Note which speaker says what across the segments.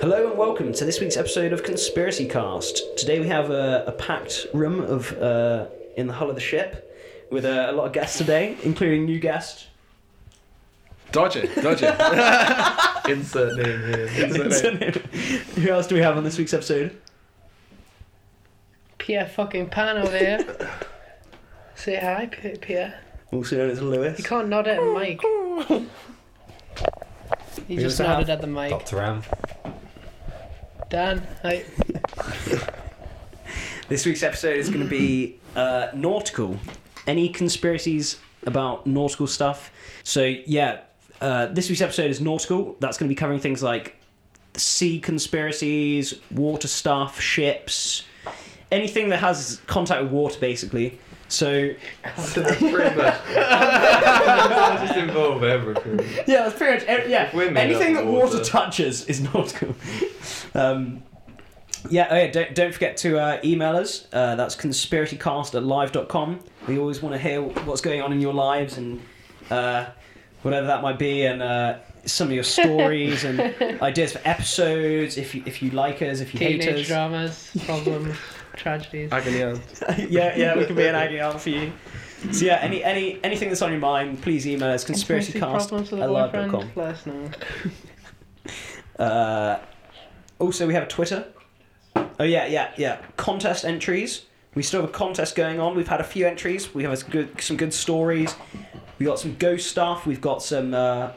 Speaker 1: Hello and welcome to this week's episode of Conspiracy Cast. Today we have a, a packed room of uh, in the hull of the ship with uh, a lot of guests today, including new guest.
Speaker 2: Dodge it, dodge it. Insert name here. Insert name.
Speaker 1: Who else do we have on this week's episode?
Speaker 3: Pierre fucking Pan over here. Say hi, P- Pierre.
Speaker 1: Also known as Lewis.
Speaker 3: You can't nod at a mic. You just
Speaker 4: also have
Speaker 3: nodded at the mic.
Speaker 4: Doctor Am.
Speaker 3: Dan, hi.
Speaker 1: This week's episode is going to be uh, nautical. Any conspiracies about nautical stuff? So, yeah, uh, this week's episode is nautical. That's going to be covering things like sea conspiracies, water stuff, ships, anything that has contact with water, basically. So,
Speaker 2: Pretty much. just involve everything.
Speaker 1: yeah, that's pretty much ev- yeah.
Speaker 2: If we're made
Speaker 1: Anything
Speaker 2: up
Speaker 1: that
Speaker 2: of
Speaker 1: water.
Speaker 2: water.
Speaker 1: touches is nautical. um, yeah, oh yeah, don't, don't forget to uh, email us. Uh, that's conspiracycast at live.com. We always want to hear what's going on in your lives and uh, whatever that might be, and uh, some of your stories and ideas for episodes. If you, if you like us, if you hate
Speaker 3: Teenage
Speaker 1: us,
Speaker 3: dramas, problems, tragedies.
Speaker 2: Agony aunt.
Speaker 1: yeah, yeah, we can be an agony aunt for you. So yeah, any any anything that's on your mind, please email us
Speaker 3: Intimacy problems with a
Speaker 1: conspiracycast@live.com.
Speaker 3: boyfriend. Let us know.
Speaker 1: Uh, also, we have a Twitter. Oh yeah, yeah, yeah. Contest entries. We still have a contest going on. We've had a few entries. We have a good, some good stories. We got some ghost stuff. We've got some. Uh,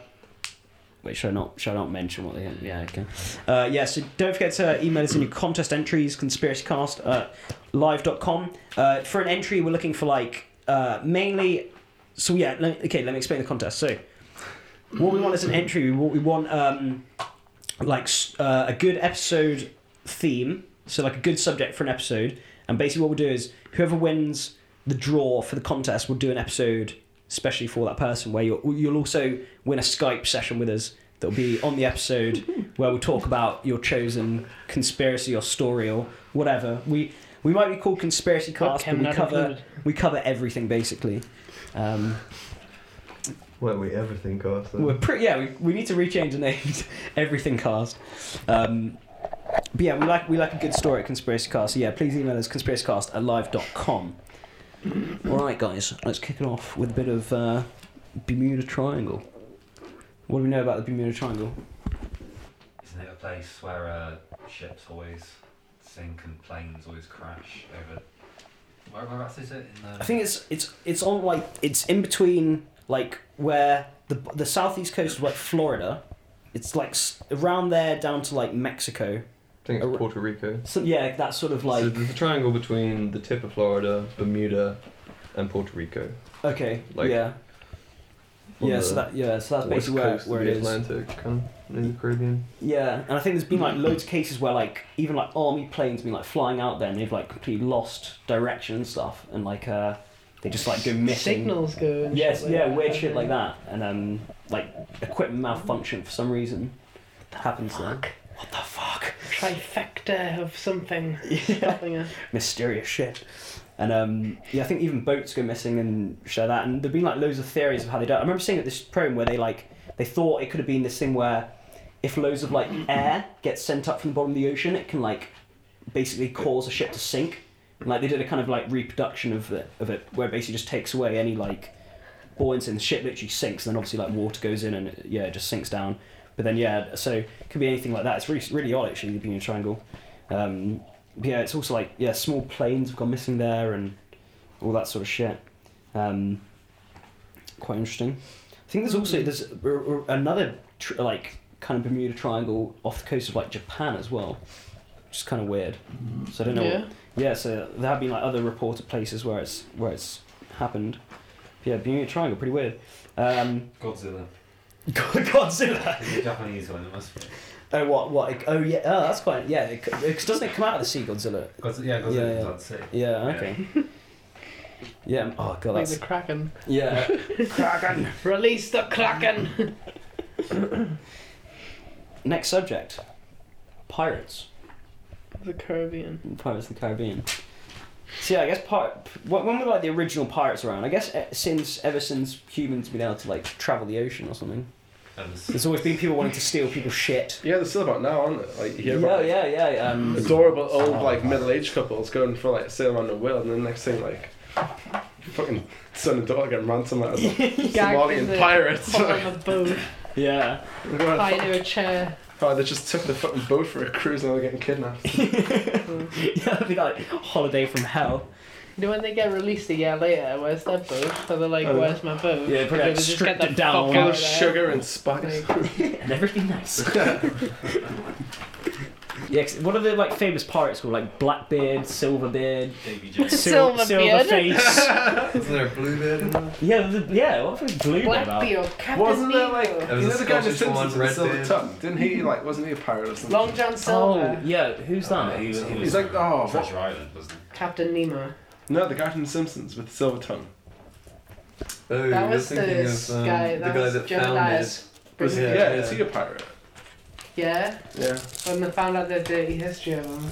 Speaker 1: Wait, should I not? Should I not mention what they? Yeah, okay. Uh, yeah, so don't forget to email us in your contest entries, conspiracycast at live.com. Uh, for an entry, we're looking for like uh, mainly. So yeah, let, okay. Let me explain the contest. So, what we want is an entry. What we want. Um, like s- uh, a good episode theme, so like a good subject for an episode. And basically, what we'll do is whoever wins the draw for the contest will do an episode especially for that person, where you'll you'll also win a Skype session with us that'll be on the episode where we'll talk about your chosen conspiracy or story or whatever. We we might be called conspiracy cast, but
Speaker 3: Webcam
Speaker 1: we
Speaker 3: not
Speaker 1: cover
Speaker 3: included.
Speaker 1: we cover everything basically. Um,
Speaker 2: Weren't we everything, Carson?
Speaker 1: we're pretty, yeah, we, we need to rechange the names. Everything cast. Um, but yeah, we like we like a good story at Conspiracy Cast. So yeah, please email us conspiracycast at live.com. Alright guys, let's kick it off with a bit of uh, Bermuda Triangle. What do we know about the Bermuda Triangle?
Speaker 5: Isn't it a place where uh, ships always sink and planes always crash over? Where, whereabouts is it? In uh, the...
Speaker 1: I think it's it's it's on like it's in between like where the the southeast coast is like Florida. It's like s- around there down to like Mexico.
Speaker 2: I think
Speaker 1: Ar-
Speaker 2: it's Puerto Rico.
Speaker 1: So yeah, that sort of
Speaker 2: so
Speaker 1: like
Speaker 2: there's a triangle between the tip of Florida, Bermuda, and Puerto Rico.
Speaker 1: Okay.
Speaker 2: Like,
Speaker 1: yeah.
Speaker 2: on
Speaker 1: Yeah.
Speaker 2: the
Speaker 1: So that. Yeah. So that's
Speaker 2: West
Speaker 1: basically where,
Speaker 2: coast of
Speaker 1: where it
Speaker 2: the
Speaker 1: is.
Speaker 2: Atlantic, kind of, in the Caribbean.
Speaker 1: Yeah, and I think there's been like loads of cases where like even like army planes been like flying out there and they've like completely lost direction and stuff and like uh they just like go missing.
Speaker 3: Signals go. And
Speaker 1: Yes.
Speaker 3: shit like
Speaker 1: Yeah.
Speaker 3: that.
Speaker 1: Weird shit like that and um like equipment malfunction for some reason happens there. What the fuck?
Speaker 3: Trifecta of something.
Speaker 1: Yeah.
Speaker 3: Something else.
Speaker 1: mysterious shit. And um, yeah, I think even boats go missing and shit like that. And there've been like loads of theories of how they do. it. I remember seeing at this program where they like they thought it could have been this thing where if loads of like air gets sent up from the bottom of the ocean, it can like basically cause a ship to sink. And, like they did a kind of like reproduction of it, of it where it basically just takes away any like buoyancy and the ship literally sinks. And then obviously like water goes in and yeah, it just sinks down. But then yeah, so it could be anything like that. It's really really odd actually the Bermuda Triangle. Um, but yeah, it's also like yeah, small planes have gone missing there and all that sort of shit. Um, quite interesting. I think there's also there's a- a- another tr- like kind of Bermuda Triangle off the coast of like Japan as well, which is kind of weird. So I don't know. what-
Speaker 3: Yeah.
Speaker 1: yeah, so there have been like other reported places where it's where it's happened. But yeah, Bermuda Triangle, pretty weird. Um,
Speaker 5: Godzilla.
Speaker 1: Godzilla.
Speaker 5: It's a Japanese one. It must be.
Speaker 1: Oh what what? it- Oh yeah. Oh that's quite yeah. It, it, doesn't it come out of the sea, Godzilla?
Speaker 5: Godzilla. Yeah, Godzilla.
Speaker 1: Yeah, yeah.
Speaker 5: I'd say.
Speaker 1: Yeah. Okay. yeah. m- Oh god,
Speaker 3: Like the
Speaker 1: that's
Speaker 3: Kraken.
Speaker 1: yeah. Kraken.
Speaker 3: Release the Kraken!
Speaker 1: Next subject: pirates.
Speaker 3: the Caribbean.
Speaker 1: Pirates of the Caribbean. So yeah, I guess part when when were like the original pirates around? I guess eh, since ever since humans been able to like travel the ocean or something.
Speaker 5: And s-
Speaker 1: There's always been people wanting to steal people's shit.
Speaker 2: Yeah, there's still about now, aren't there? Like you hear
Speaker 1: Yeah,
Speaker 2: about
Speaker 1: yeah, yeah. Um,
Speaker 2: adorable old like middle-aged couples going for like sail around the world, and the next thing like fucking son and daughter getting ransomed like, as Somalian
Speaker 3: with a
Speaker 2: pirates.
Speaker 3: hole in a boat,
Speaker 1: yeah.
Speaker 3: tied to a chair.
Speaker 2: oh, they just took the fucking boat for a cruise and now they're getting kidnapped.
Speaker 1: Yeah, that'd be like holiday from hell.
Speaker 3: You know when they get released a year later, where's their boat? So they're like,
Speaker 2: Oh.
Speaker 3: where's my boat?
Speaker 1: Yeah, probably,
Speaker 3: They
Speaker 1: like,
Speaker 3: just get
Speaker 1: stripped
Speaker 3: the
Speaker 1: it down
Speaker 3: fuck
Speaker 1: all
Speaker 3: out
Speaker 2: Full
Speaker 1: Oh,
Speaker 2: of
Speaker 3: of there.
Speaker 2: sugar and spice.
Speaker 1: And everything nice. yeah, 'cause what are the like famous pirates called? Like Blackbeard, Silverbeard,
Speaker 5: Davy Jones.
Speaker 1: Sil-
Speaker 3: Silverbeard.
Speaker 1: Silverface.
Speaker 5: Isn't there a bluebeard in there?
Speaker 1: yeah, the, yeah. What was Blue about?
Speaker 3: Blackbeard, Captain
Speaker 2: Wasn't there like
Speaker 3: Nemo,
Speaker 5: There was a
Speaker 2: you know the guy in the
Speaker 5: Scottish one,
Speaker 2: Simpsons with the
Speaker 5: Red
Speaker 2: silver
Speaker 5: Beard.
Speaker 2: tongue? Didn't he like wasn't he a pirate or something?
Speaker 3: Long John Silver,
Speaker 1: Oh, yeah. Who's that?
Speaker 5: he was, he was
Speaker 2: He's like oh what?
Speaker 5: Treasure Island, wasn't he?
Speaker 3: Captain Nemo.
Speaker 2: no the guy from the Simpsons with the silver tongue.
Speaker 5: Oh,
Speaker 3: That
Speaker 5: you're
Speaker 3: was
Speaker 5: thinking
Speaker 3: the
Speaker 5: of, um,
Speaker 3: guy.
Speaker 5: the
Speaker 3: That
Speaker 5: guy
Speaker 3: was
Speaker 5: that
Speaker 3: Jedediah's.
Speaker 5: Was
Speaker 2: Yeah,
Speaker 5: Yeah,
Speaker 2: yeah,
Speaker 5: yeah.
Speaker 2: is he a pirate?
Speaker 3: Yeah,
Speaker 2: Yeah.
Speaker 3: when they found out the dirty history of him.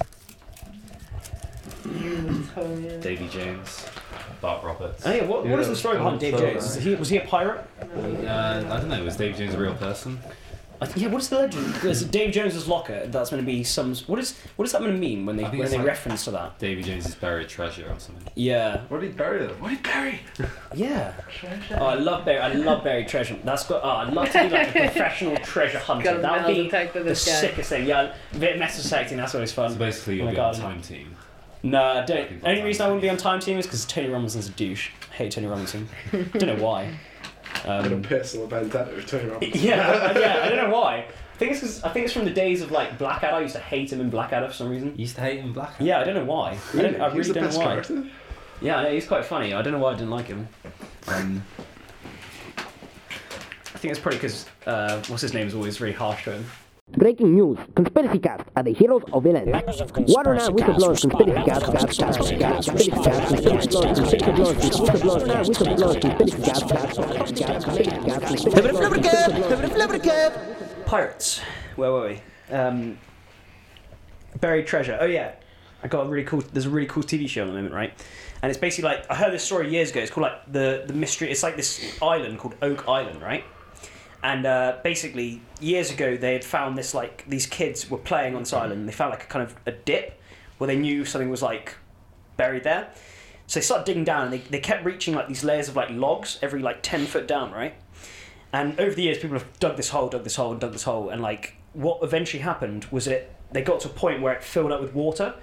Speaker 3: You tell me.
Speaker 5: founded Davy Jones, Bart Roberts.
Speaker 1: Oh, yeah, what, what
Speaker 2: Yeah,
Speaker 1: is the story behind Dave
Speaker 2: Silver.
Speaker 1: Jones? Is he, was he a pirate?
Speaker 5: Uh, I don't know. Was Davy Jones a real person?
Speaker 1: I think, yeah, what is the legend? There's Dave Jones's locker. That's going to be some. What is what is that going to mean when they
Speaker 2: Uh,
Speaker 5: I think
Speaker 1: when
Speaker 5: it's
Speaker 1: they
Speaker 5: like-
Speaker 1: reference to that?
Speaker 5: Davy Jones' buried treasure or something.
Speaker 1: Yeah,
Speaker 2: What did he bury them? What did he bury?
Speaker 1: yeah.
Speaker 3: Treasure.
Speaker 1: Oh, I love buried. I love buried treasure. That's got. Oh, I'd love to be like a professional treasure hunter.
Speaker 3: Got a
Speaker 1: That
Speaker 3: metal
Speaker 1: would be
Speaker 3: detector,
Speaker 1: the
Speaker 3: this guy.
Speaker 1: sickest thing. Yeah, bit method detecting. That's always
Speaker 5: So
Speaker 1: fun.
Speaker 5: basically, you'll
Speaker 1: Oh my
Speaker 5: be on the
Speaker 1: God.
Speaker 5: time team.
Speaker 1: Nah,
Speaker 5: I
Speaker 1: don't.
Speaker 5: think
Speaker 1: Only
Speaker 5: that's
Speaker 1: reason I wouldn't be on time team is because Tony Robinson's a douche. I hate Tony Robinson. don't know why.
Speaker 2: Got a
Speaker 1: Um,
Speaker 2: personal vendetta with Tony Robbins.
Speaker 1: yeah, I- yeah. I don't know why. I think it's 'cause- I think it's from the days of like Blackadder. I used to hate him in Blackadder for some reason.
Speaker 5: You used to hate him black.
Speaker 1: Yeah, I don't know why. I, don't, I really
Speaker 2: He's the
Speaker 1: don't
Speaker 2: best
Speaker 1: know why.
Speaker 2: character.
Speaker 1: Yeah, no, he's quite funny. I don't know why I didn't like him. Um, I think it's probably because uh, what's his name is always really harsh to him.
Speaker 4: Breaking news. Conspiracy Cast are the heroes or villains. What on earth whistleblowers, conspiracy cast, cast, cast, cast, conspiracy cast, conspiracy blowers, conspiracy blowers, whistle blowers, conspiracy cast, cast, conspiracy cast, conspiracy cast, conspiracy cast, conspiracy cast.
Speaker 1: Pirates. Where were we? Um, buried treasure. Oh yeah, I got a really cool. There's a really cool TV show at the moment, right? And it's basically like I heard this story years ago. It's called like the the mystery. It's like this island called Oak Island, right? And uh, basically, years ago, they had found this like these kids were playing on this island. And they found like a kind of a dip where they knew something was like buried there. So they started digging down, and they, they kept reaching like these layers of like logs every like ten foot down, right? And over the years, people have dug this hole, dug this hole, and dug this hole. And like, what eventually happened was it they got to a point where it filled up with water.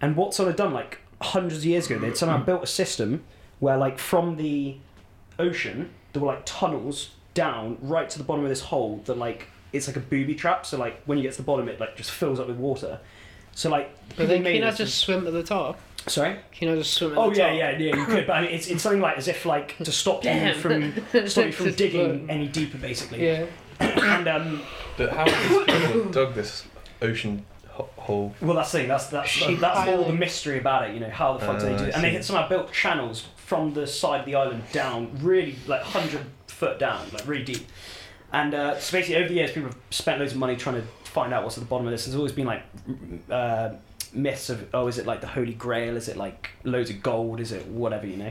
Speaker 1: And what someone had done like hundreds of years ago, they'd
Speaker 3: Hmm.
Speaker 1: somehow built a system where like from the ocean, there were like tunnels down right to the bottom of this hole that like it's like a booby trap. So like when you get to the bottom, it like just fills up with water. So like people
Speaker 3: But then can
Speaker 1: made
Speaker 3: you not
Speaker 1: this-
Speaker 3: just swim to the top?
Speaker 1: sorry.
Speaker 3: Can you not just swim at
Speaker 1: Oh
Speaker 3: the
Speaker 1: yeah,
Speaker 3: top?
Speaker 1: yeah, yeah. You could, but I mean, it's, it's something like as if like to stop you
Speaker 3: Damn.
Speaker 1: from stop you from
Speaker 3: Just
Speaker 1: digging
Speaker 3: floating.
Speaker 1: any deeper, basically.
Speaker 3: Yeah.
Speaker 1: And um,
Speaker 2: But how these people have dug this ocean ho- hole?
Speaker 1: Well, that's the thing. That's that's
Speaker 3: Sheep
Speaker 1: that's all the
Speaker 3: island.
Speaker 1: mystery about it. You know how the fuck do they
Speaker 2: Ah,
Speaker 1: do
Speaker 2: I
Speaker 1: it? And they
Speaker 2: see.
Speaker 1: had somehow built channels from the side of the island down, really like hundred foot down, like really deep. And uh, so basically, over the years, people have spent loads of money trying to find out what's at the bottom of this. There's always been like m- uh, myths of oh, is it like the Holy Grail? Is it like loads of gold? Is it whatever you know?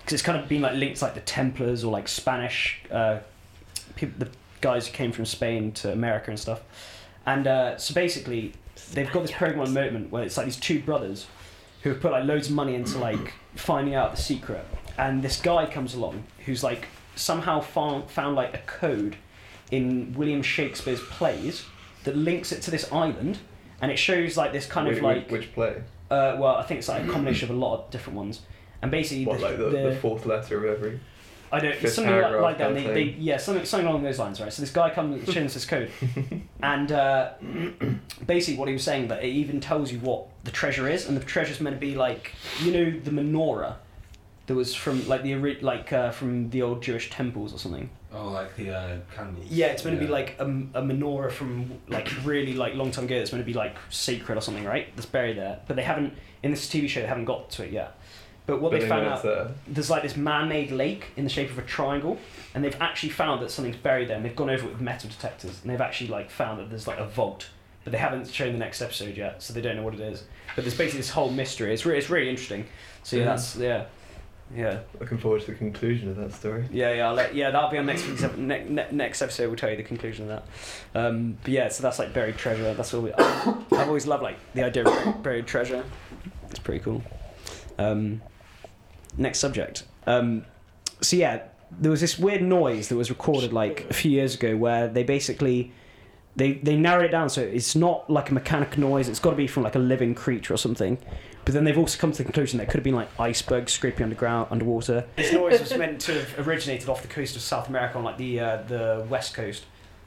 Speaker 1: Because it's kind of been like linked to, like the Templars or like Spanish uh, people, the guys who came from Spain to America and stuff. And uh, so basically, they've got this Pokemon moment where it's like these two brothers who have put like loads of money into like finding out the secret. And this guy comes along who's like somehow found, found like a code in William Shakespeare's plays that links it to this island. And it shows like this kind of like
Speaker 2: which play?
Speaker 1: uh, well, I think it's like a combination of a lot of different ones. And basically,
Speaker 2: What, like the, the, fourth letter of every?
Speaker 1: I don't.
Speaker 2: Fifth
Speaker 1: something like,
Speaker 2: paragraph
Speaker 1: like that.
Speaker 2: kind
Speaker 1: They,
Speaker 2: of
Speaker 1: they,
Speaker 2: thing.
Speaker 1: yeah, something, something along those lines, right? So this guy comes and shows us this code, and uh, basically what he was saying that it even tells you what the treasure is, and the treasure's meant to be like you know the menorah that was from like the ori- like uh, from the old Jewish temples or something.
Speaker 5: Oh, like the uh, candles.
Speaker 1: Yeah, it's meant to be like a, a menorah from like really like long time ago. That's meant to be like sacred or something, right? That's buried there, but they haven't in this TV show. They haven't got to it yet. But what
Speaker 2: But
Speaker 1: they
Speaker 2: they
Speaker 1: found
Speaker 2: know
Speaker 1: out
Speaker 2: it's there.
Speaker 1: there's like this man-made lake in the shape of a triangle, and they've actually found that something's buried there. And they've gone over it with metal detectors, and they've actually like found that there's like a vault, but they haven't shown the next episode yet, so they don't know what it is. But there's basically this whole mystery. It's really it's really interesting. So yeah,
Speaker 5: Yeah.
Speaker 1: that's yeah. Yeah,
Speaker 6: Looking forward to the conclusion of that story.
Speaker 1: yeah, yeah. I'll let, yeah, that'll be on next week's ep- ne- ne- next episode. We'll tell you the conclusion of that. Um, but yeah, so that's like buried treasure. That's all. We, I've always loved like the idea of buried- buried treasure. It's pretty cool. Um, next subject. Um, so yeah, there was this weird noise that was recorded like a few years ago where they basically they they narrowed it down so it's not like a mechanic noise. It's got to be from like a living creature or something. But then they've also come to the conclusion that it could have been like icebergs scraping underground underwater. This noise was meant to have originated off the coast of South America on like the uh, the west coast.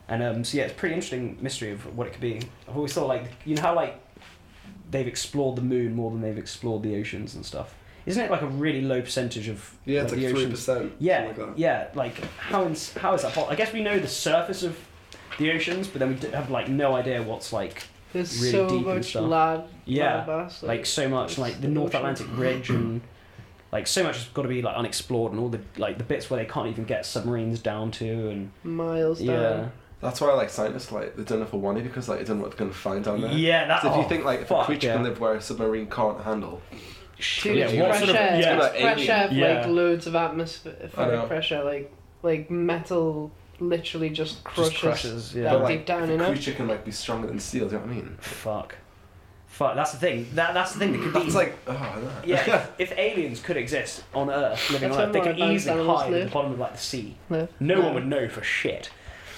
Speaker 1: And um, so yeah, it's a pretty interesting mystery of what it could be. I've always thought like you know how like they've explored the moon more than they've explored the oceans and stuff. Isn't it like a really low percentage of
Speaker 2: Yeah, it's
Speaker 1: the
Speaker 2: like three
Speaker 1: oceans?
Speaker 2: percent.
Speaker 3: Oh
Speaker 1: Yeah,
Speaker 2: Like that.
Speaker 1: yeah. Like how ins- how is that possible? I guess we know the surface of the oceans, but then we d- have like no idea what's like
Speaker 3: There's
Speaker 1: Really
Speaker 3: so
Speaker 1: deep and
Speaker 3: much
Speaker 1: stuff.
Speaker 3: land.
Speaker 1: Yeah,
Speaker 3: landmass,
Speaker 1: like so much like the
Speaker 3: Ocean.
Speaker 1: North Atlantic Ridge and like so much has got to be like unexplored and all the like the bits where they can't even get submarines down to and
Speaker 3: miles
Speaker 1: yeah
Speaker 3: down.
Speaker 2: That's why like scientists like they've done it for money because like they don't know what they're gonna find down there.
Speaker 1: yeah that.
Speaker 2: So if you
Speaker 1: oh,
Speaker 2: think like if a
Speaker 1: fuck,
Speaker 2: creature
Speaker 1: yeah.
Speaker 2: can live where a submarine can't handle,
Speaker 3: Dude,
Speaker 1: Yeah,
Speaker 3: it's
Speaker 1: what
Speaker 3: fresh
Speaker 1: sort of-
Speaker 3: air.
Speaker 1: yeah.
Speaker 3: it's fresh air, with,
Speaker 1: Yeah.
Speaker 3: like loads of
Speaker 2: I know.
Speaker 3: atmospheric pressure, like like metal literally just crushes,
Speaker 1: just crushes yeah.
Speaker 3: that
Speaker 2: But, like,
Speaker 3: deep down,
Speaker 2: if
Speaker 3: you
Speaker 2: a
Speaker 3: know.
Speaker 2: creature can like be stronger than steel. Do you know what I mean?
Speaker 1: Fuck, fuck. That's the thing. That that's the thing that could be.
Speaker 2: That's
Speaker 6: Mm.
Speaker 2: like oh, I don't know.
Speaker 1: Yeah, if, if aliens could exist on Earth, living
Speaker 3: That's
Speaker 1: on Earth, they
Speaker 3: where
Speaker 1: could
Speaker 3: my advanced
Speaker 1: easily
Speaker 3: animals
Speaker 1: hide at the
Speaker 3: live.
Speaker 1: bottom of like the sea.
Speaker 3: Live.
Speaker 1: No
Speaker 3: Yeah.
Speaker 1: one would know for shit.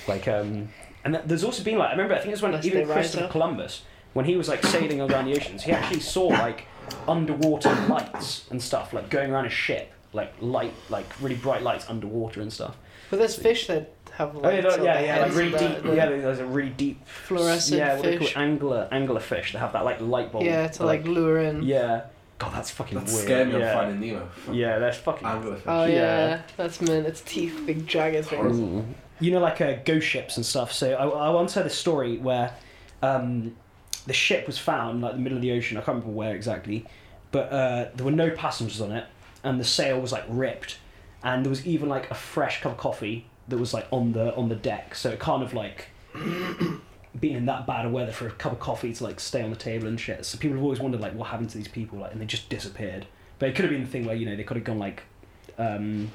Speaker 1: Like, um, and that, there's also been like I remember I think it was when
Speaker 3: Unless
Speaker 1: even
Speaker 3: they rise
Speaker 1: Christopher
Speaker 3: up.
Speaker 1: Columbus when he was like sailing around the oceans, he actually saw like underwater lights and stuff like going around his ship, like light, like really bright lights underwater and stuff.
Speaker 3: But there's fish that have
Speaker 1: Oh yeah,
Speaker 3: lights.
Speaker 1: that-
Speaker 3: on
Speaker 1: yeah,
Speaker 3: their
Speaker 1: yeah, like
Speaker 3: heads
Speaker 1: really
Speaker 3: and
Speaker 1: deep.
Speaker 3: that-
Speaker 1: Yeah, there's a really deep
Speaker 3: Fluorescent
Speaker 1: Yeah, what do they call
Speaker 3: fish.
Speaker 1: it? Angler, angler fish that have that like light bulb.
Speaker 3: yeah, to like lure in.
Speaker 1: yeah. God, that's fucking
Speaker 2: That
Speaker 1: weird.
Speaker 2: scared me
Speaker 1: yeah.
Speaker 2: on Finding Nemo.
Speaker 1: Yeah, that's fucking.
Speaker 2: Anglerfish.
Speaker 3: Oh yeah,
Speaker 1: Yeah.
Speaker 3: that's mint. It's teeth, big dragon things.
Speaker 1: You know, like uh, ghost ships and stuff. So I, I once heard a story where um, the ship was found like the middle of the ocean. I can't remember where exactly, but uh, there were no passengers on it, and the sail was like ripped, and there was even like a fresh cup of coffee that was like on the on the deck. So it kind of like being in that bad of weather for a cup of coffee to like stay on the table and shit. So people have always wondered like what happened to these people, like, and they just disappeared. But it could have been the thing where you know they could have gone like, um,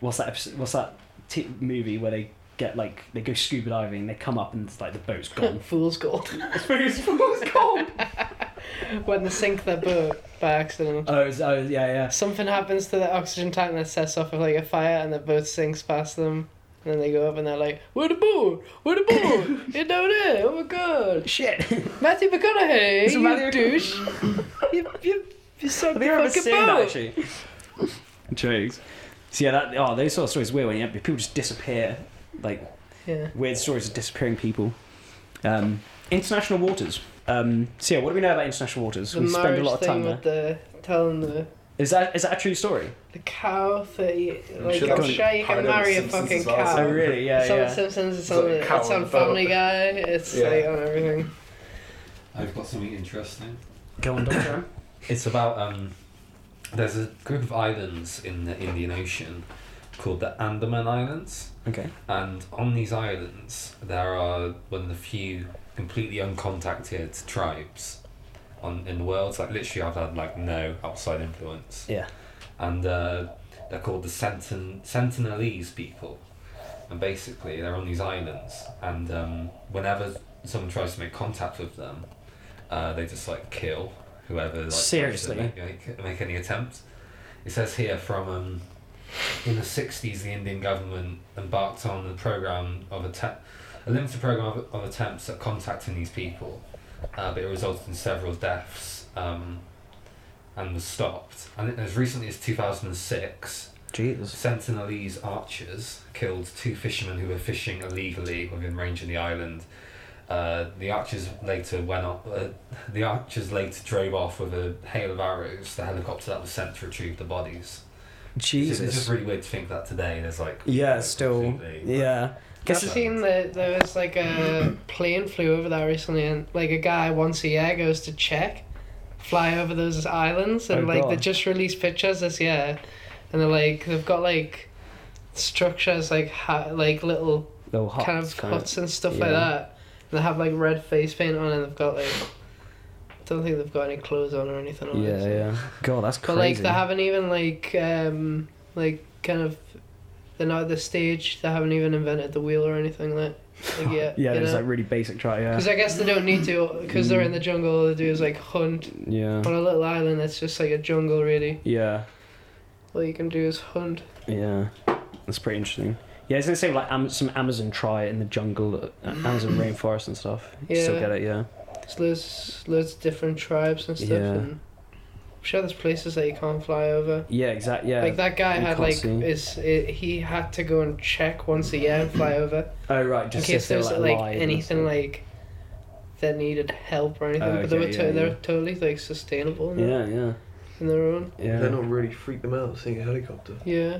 Speaker 1: what's that? Episode, what's that t- movie where they get like they go scuba diving, they come up and it's like the boat's gone.
Speaker 3: Fool's gold.
Speaker 1: Fool's gold.
Speaker 3: when they sink their boat by accident.
Speaker 1: Oh, it's- oh, yeah, yeah.
Speaker 3: Something happens to the oxygen tank that sets off like a fire, and the boat sinks past them. And then they go up and they're like, "Where the boat? Where the boat? You're down there! Oh my god!
Speaker 1: Shit.
Speaker 3: Matthew McConaughey,
Speaker 1: Is it
Speaker 3: you
Speaker 1: Matthew
Speaker 3: douche! you you you sunk
Speaker 1: Have
Speaker 3: the
Speaker 1: you ever
Speaker 3: fucking
Speaker 1: seen
Speaker 3: boat!"
Speaker 1: that actually? Jokes. So yeah, that oh, those sort of stories are weird when you people just disappear, like
Speaker 3: Yeah.
Speaker 1: weird stories of disappearing people. Um, international waters. Um, so yeah, what do we know about international waters?
Speaker 3: The
Speaker 1: we spend a
Speaker 3: marriage
Speaker 1: lot of
Speaker 3: thing
Speaker 1: time there.
Speaker 3: with the telling the
Speaker 1: Is that is that a true story?
Speaker 3: the cow that you,
Speaker 2: I'm
Speaker 3: like
Speaker 2: sure
Speaker 3: I'm
Speaker 2: that's
Speaker 3: sure you
Speaker 2: part
Speaker 3: can
Speaker 2: of
Speaker 3: marry a
Speaker 2: Simpsons
Speaker 3: fucking
Speaker 2: as well,
Speaker 3: cow.
Speaker 2: so-
Speaker 1: Oh really? Yeah,
Speaker 3: it's on The
Speaker 1: yeah.
Speaker 3: Simpsons. It's on,
Speaker 2: It's like
Speaker 3: the-
Speaker 2: cow
Speaker 3: it's
Speaker 2: on
Speaker 3: on
Speaker 2: the boat.
Speaker 3: Family Guy. It's
Speaker 2: Yeah.
Speaker 3: like on everything.
Speaker 5: I've got something interesting.
Speaker 1: Go on, Doctor.
Speaker 5: It's about um, there's a group of islands in the Indian Ocean called the Andaman Islands,
Speaker 1: okay.
Speaker 5: and on these islands there are one of the few completely uncontacted tribes on in the world. It's like literally, I've had like no outside influence,
Speaker 1: Yeah.
Speaker 5: and uh, they're called the Sentin- Sentinelese people, and basically they're on these islands, and um, whenever someone tries to make contact with them, uh, they just like kill whoever like, tries to
Speaker 1: Seriously?
Speaker 5: make, make, make any attempt. It says here from um, in the sixties, the Indian government embarked on the program of attempt, a limited program of, of attempts at contacting these people, uh, but it resulted in several deaths. Um, and was stopped. And as recently as 2006,
Speaker 1: Jesus.
Speaker 5: Sentinelese archers killed two fishermen who were fishing illegally within range of the island. Uh, the archers later went off. Uh, the archers later drove off with a hail of arrows. The helicopter that was sent to retrieve the bodies. It's, it's just
Speaker 1: Jesus.
Speaker 5: really weird to think that today there's like
Speaker 1: Yeah. Still.
Speaker 5: completely-
Speaker 1: Yeah.
Speaker 3: I've
Speaker 1: Guess it's-
Speaker 3: seen that there was like a plane flew over there recently, and like a guy once a year goes to check, fly over those islands, and
Speaker 1: Oh,
Speaker 3: like they
Speaker 1: God.
Speaker 3: just released pictures this year, and they're like they've got like structures like ha- like little
Speaker 1: little huts,
Speaker 3: kind of
Speaker 1: kind of.
Speaker 3: huts and stuff
Speaker 1: yeah.
Speaker 3: like that. And they have like red face paint on, and they've got like don't think they've got any clothes on or anything. on
Speaker 1: Yeah,
Speaker 3: it, so-
Speaker 1: yeah. God, that's
Speaker 3: But
Speaker 1: crazy.
Speaker 3: like they haven't even like um like kind of they're not at the stage. They haven't even invented the wheel or anything like like yet.
Speaker 1: yeah,
Speaker 3: you
Speaker 1: there's
Speaker 3: know?
Speaker 1: like really basic try. Yeah, Mm.
Speaker 3: Because I guess they don't need to, because they're in the jungle. All they do is like hunt
Speaker 1: yeah,
Speaker 3: on a little island. It's just like a jungle, really.
Speaker 1: yeah,
Speaker 3: All you can do is hunt.
Speaker 1: yeah. That's pretty interesting. Yeah, it's the same like Am- some Amazon try in the jungle, uh, Amazon rainforest and stuff. You still
Speaker 3: Mm. Yeah.
Speaker 1: get it, yeah.
Speaker 3: There's loads, loads of different tribes and stuff.
Speaker 1: Yeah.
Speaker 3: And I'm sure there's places that you can't fly over.
Speaker 1: Yeah, exactly. Yeah.
Speaker 3: Like that guy
Speaker 1: you
Speaker 3: had
Speaker 1: can't
Speaker 3: like
Speaker 1: see.
Speaker 3: his, he had to go and check once a year and fly over
Speaker 1: oh right, just
Speaker 3: in case
Speaker 1: so
Speaker 3: there
Speaker 1: if
Speaker 3: was
Speaker 1: they're,
Speaker 3: like,
Speaker 1: alive and
Speaker 3: anything
Speaker 1: stuff.
Speaker 3: like that needed help or anything.
Speaker 1: Oh,
Speaker 3: but they were
Speaker 1: okay,
Speaker 3: to-
Speaker 1: yeah,
Speaker 3: they
Speaker 1: yeah.
Speaker 3: were totally like sustainable in,
Speaker 1: Yeah, yeah,
Speaker 3: in their own.
Speaker 1: yeah.
Speaker 6: Then I'll really freak them out seeing a helicopter.
Speaker 3: Yeah,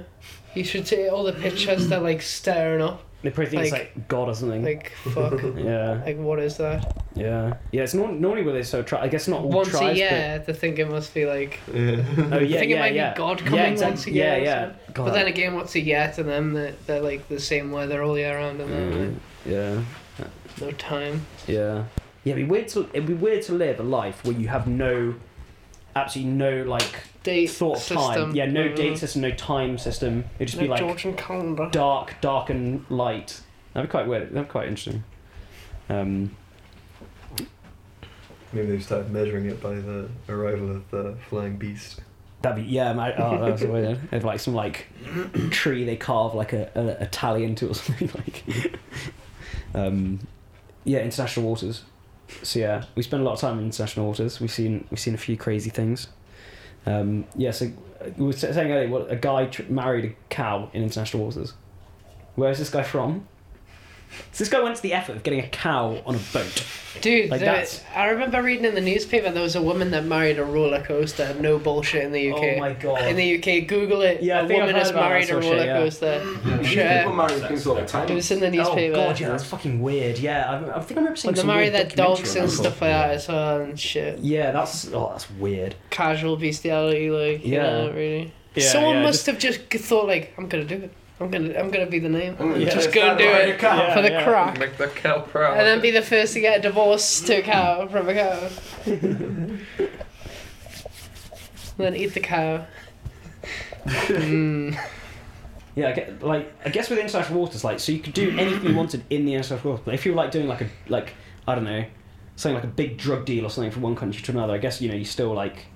Speaker 3: you should see all the pictures. They're like staring up.
Speaker 1: They probably think
Speaker 3: like-
Speaker 1: it's like God or something.
Speaker 3: Like fuck.
Speaker 1: yeah,
Speaker 3: Like what is that?
Speaker 1: yeah, yeah. It's nor- normally where they so try. I guess not all
Speaker 3: Once
Speaker 1: tribes,
Speaker 3: a year, they think it must be like.
Speaker 1: but
Speaker 6: Yeah.
Speaker 1: oh yeah,
Speaker 3: think it
Speaker 1: yeah,
Speaker 3: might be
Speaker 1: yeah.
Speaker 3: God
Speaker 1: Yeah,
Speaker 3: coming
Speaker 1: exact-
Speaker 3: once a year
Speaker 1: Yeah,
Speaker 3: or
Speaker 1: yeah.
Speaker 3: something.
Speaker 1: God.
Speaker 3: But then again, what's a year to them? They're, they're like the same weather all year round, and they're
Speaker 1: Mm.
Speaker 3: like,
Speaker 1: yeah.
Speaker 3: no time.
Speaker 1: Yeah. Yeah, it'd be weird to it'd be weird to live a life where you have no absolutely no like
Speaker 3: Date
Speaker 1: thought of
Speaker 3: system.
Speaker 1: time. Yeah, no
Speaker 3: Mhm.
Speaker 1: date system, no time system. It'd just
Speaker 3: No
Speaker 1: be like
Speaker 3: Georgian calendar.
Speaker 1: dark, dark and light. That'd be quite weird. That'd be quite interesting. Um,
Speaker 6: Maybe they've started measuring it by the arrival of the flying beast.
Speaker 1: that'd be yeah. My, oh, that was weird. If like some like tree they carve like a, a Italian to or something like. um, yeah, international waters. So yeah, we spend a lot of time in international waters. We've seen we've seen a few crazy things. Um, yeah, so uh, we were sa- saying earlier, what a guy tr- married a cow in international waters. Where is this guy from? So this guy went to the effort of getting a cow on a boat.
Speaker 3: Dude,
Speaker 1: Like
Speaker 3: there-
Speaker 1: that's-
Speaker 3: I remember reading in the newspaper there was a woman that married a roller coaster. No bullshit in the UK.
Speaker 1: Oh my god!
Speaker 3: in the UK, Google it.
Speaker 1: Yeah, I
Speaker 3: a
Speaker 1: think I've
Speaker 3: woman has
Speaker 1: heard about
Speaker 3: married
Speaker 1: that sort
Speaker 3: a
Speaker 1: of
Speaker 3: roller
Speaker 1: shit, yeah.
Speaker 3: coaster.
Speaker 2: People
Speaker 3: Sure.
Speaker 2: marry things all the time.
Speaker 3: It was in the
Speaker 1: Oh
Speaker 3: newspaper.
Speaker 1: god, yeah, that's fucking weird. Yeah, I, I think I remember seeing
Speaker 3: When they
Speaker 1: some
Speaker 3: marry
Speaker 1: weird
Speaker 3: their dogs
Speaker 1: documentary
Speaker 3: and
Speaker 1: about
Speaker 3: stuff like that as well uh, and shit.
Speaker 1: it. Yeah, that's oh, that's weird.
Speaker 3: Casual bestiality, like yeah,
Speaker 1: Yeah.
Speaker 3: really.
Speaker 1: Yeah,
Speaker 3: Someone
Speaker 1: yeah,
Speaker 3: must have just g- thought like, I'm gonna do it. I'm gonna, I'm gonna be the name
Speaker 2: I'm gonna
Speaker 1: Yeah.
Speaker 3: Just
Speaker 2: try
Speaker 3: go
Speaker 2: and
Speaker 3: do
Speaker 2: find
Speaker 3: it.
Speaker 2: a cow.
Speaker 1: Yeah.
Speaker 3: for the crack,
Speaker 2: Make the cow proud.
Speaker 3: and then be the first to get a divorce to a cow from a cow. And then eat the cow. Mm.
Speaker 1: Yeah, I get, like I guess with international waters, like so you could do anything you wanted in the international waters. But if you were like doing like a like I don't know, something like a big drug deal or something from one country to another, I guess you know you still like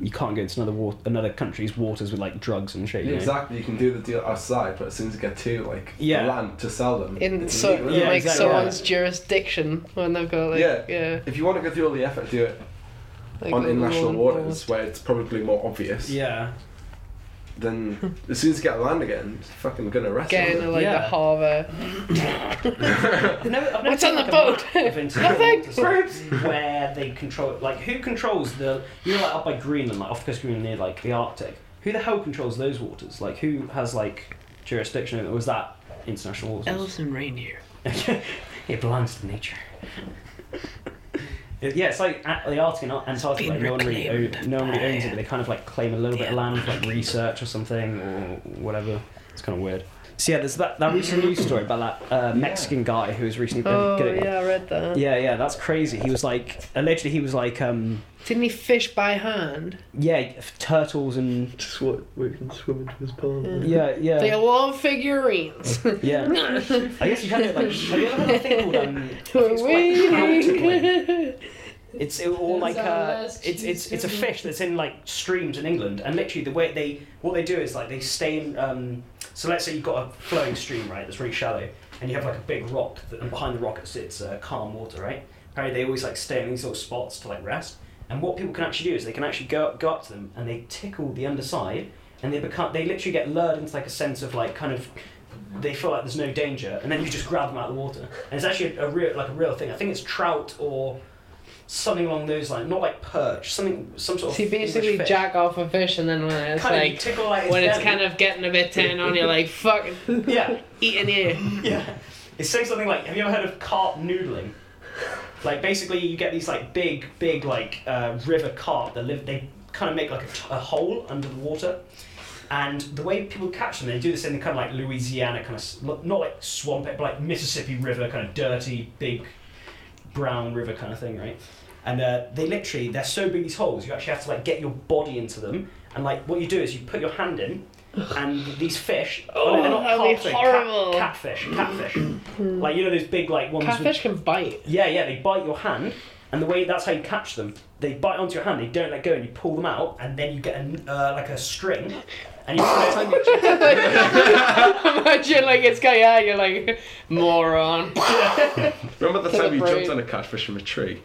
Speaker 1: you can't go into another wa- another country's waters with like drugs and shit. You know?
Speaker 2: Exactly, you can do the deal outside, but as soon as you get to like
Speaker 1: Yeah.
Speaker 2: the land to sell them,
Speaker 3: In
Speaker 2: it's
Speaker 3: so,
Speaker 2: illegal,
Speaker 1: Yeah,
Speaker 2: isn't
Speaker 3: like
Speaker 2: it?
Speaker 1: exactly,
Speaker 3: someone's jurisdiction when they've got like yeah,
Speaker 2: Yeah. If you want to go through all the effort, do it
Speaker 3: like,
Speaker 2: on
Speaker 3: the
Speaker 2: international
Speaker 3: lawn-
Speaker 2: waters where it's probably more obvious.
Speaker 1: Yeah.
Speaker 2: Then as soon as you get land again, it's fucking gonna arrest
Speaker 3: Getting to
Speaker 2: them.
Speaker 3: like
Speaker 1: Yeah.
Speaker 3: the harbour.
Speaker 1: I've never, I've never
Speaker 3: What's
Speaker 1: seen,
Speaker 3: on
Speaker 1: like,
Speaker 3: the
Speaker 1: a
Speaker 3: boat?
Speaker 1: map of international waters, like, where they control, like who controls the? You know, like up by Greenland, like off the coast of Greenland, near like the Arctic. Who the hell controls those waters? Like who has like jurisdiction? over- Or was that international waters?
Speaker 3: Elves and reindeer.
Speaker 1: it belongs to nature. It- yeah, it's like at the Arctic and Ar- Antarctic.
Speaker 3: been
Speaker 1: Like, no one really,
Speaker 3: reclaimed
Speaker 1: own, no one really owns it,
Speaker 3: by
Speaker 1: but they kind of like claim a little bit of
Speaker 3: the
Speaker 1: land for like research or something or whatever. It's kind of weird. So yeah, there's that that recent news story about that uh, Mexican guy who was recently
Speaker 3: Oh
Speaker 1: getting,
Speaker 3: yeah, I read that.
Speaker 1: yeah, yeah, that's crazy. He was like allegedly he was like um
Speaker 3: Didn't he fish by hand?
Speaker 1: yeah f- turtles and
Speaker 6: Just what we can swim into his palm.
Speaker 1: yeah yeah
Speaker 3: They love figurines.
Speaker 1: yeah. I guess you had like have you ever had a thing called um I think it's called, like, cowtickling.
Speaker 3: Waiting.
Speaker 1: It's it- all
Speaker 3: It's
Speaker 1: like
Speaker 3: our
Speaker 1: uh,
Speaker 3: last
Speaker 1: it's it's it's a
Speaker 3: cheeseburger.
Speaker 1: fish that's in like streams in England, and literally the way they what they do is like they stay in. Um, so let's say you've got a flowing stream, right, that's really shallow, and you have like a big rock, that, and behind the rock it sits uh, calm water, right. Apparently they always like stay in these little spots to like rest. And what people can actually do is they can actually go up, go up to them and they tickle the underside, and they become they literally get lured into like a sense of like kind of. They feel like there's no danger, and then you just grab them out of the water. And it's actually a, a real, like a real thing. I think it's trout or something along those lines, not like perch, something, some sort of.
Speaker 3: So you basically
Speaker 1: English fish.
Speaker 3: jack off a fish, and then when it's
Speaker 1: kind of you
Speaker 3: like
Speaker 1: tickle like
Speaker 3: when it's
Speaker 1: belly.
Speaker 3: kind of getting a bit turned on, you're like, "Fuck,
Speaker 1: yeah,
Speaker 3: eating you."
Speaker 1: yeah. It's saying something like, have you ever heard of carp noodling? Like basically, you get these like big, big like uh, river carp that live. They kind of make like a, t- a hole under the water, and the way people catch them, they do this in the kind of like Louisiana kind of s- lo- not like swamp, but like Mississippi River kind of dirty, big, brown river kind of thing, right? And uh, they literally, they're so big these holes, you actually have to like get your body into them. And like what you do is you put your hand in, and these fish, oh, they're not
Speaker 3: that'd be
Speaker 1: carp,
Speaker 3: horrible.
Speaker 1: Cat, catfish, catfish. like you know those big like ones. with-
Speaker 3: Catfish can bite.
Speaker 1: yeah, yeah, they bite your hand, and the way that's how you catch them. They bite onto your hand, they don't let go, and you pull them out, and then you get a, uh, like a string, and you put it.
Speaker 3: Imagine like it's going out, you're like moron.
Speaker 2: Remember the
Speaker 3: Kill
Speaker 2: time
Speaker 3: a
Speaker 2: you
Speaker 3: brain.
Speaker 2: jumped on a catfish from a tree?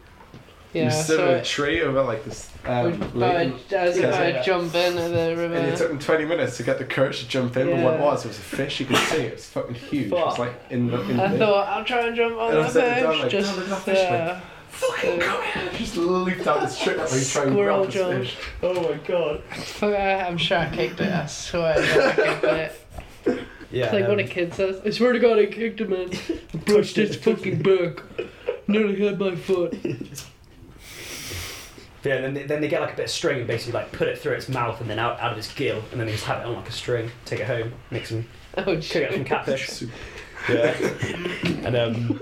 Speaker 3: Yeah,
Speaker 2: you stood on
Speaker 3: so
Speaker 2: a tree over like this.
Speaker 3: I
Speaker 2: Um,
Speaker 3: was
Speaker 2: lake,
Speaker 3: about, I was
Speaker 2: Yeah.
Speaker 3: about to jump into the
Speaker 2: and it
Speaker 3: river.
Speaker 2: took them 20 minutes to get the courage to jump in. But what it
Speaker 3: Yeah.
Speaker 2: was, it was a fish. You could see it. It was fucking huge. It was
Speaker 1: Fuck.
Speaker 2: like in the. In
Speaker 3: I
Speaker 2: the
Speaker 3: thought I'll try and jump on
Speaker 2: And I
Speaker 3: the
Speaker 2: said to Dan,
Speaker 3: fish.
Speaker 2: like,
Speaker 3: Just uh,
Speaker 2: "Dan, look at that fish,
Speaker 3: yeah.
Speaker 2: fucking come here. Just leaped out this trick that we tried to
Speaker 3: Squirrel
Speaker 2: grab this
Speaker 3: jump.
Speaker 2: fish.
Speaker 1: Oh my god.
Speaker 3: Fuck, I- I'm sure I kicked it. I swear I kicked it.
Speaker 1: Yeah.
Speaker 3: It's like
Speaker 1: no.
Speaker 3: what a kid says. I swear to God, I kicked him in. I Pushed his fucking back. Nearly hit my foot.
Speaker 1: Yeah, and then they, then they get like a bit of string and basically like put it through its mouth and then out, out of its gill, and then they just have it on like a string, take it home, make some,
Speaker 3: Oh
Speaker 1: cook it up
Speaker 3: shit.
Speaker 1: some catfish.
Speaker 2: Super.
Speaker 1: yeah. And um.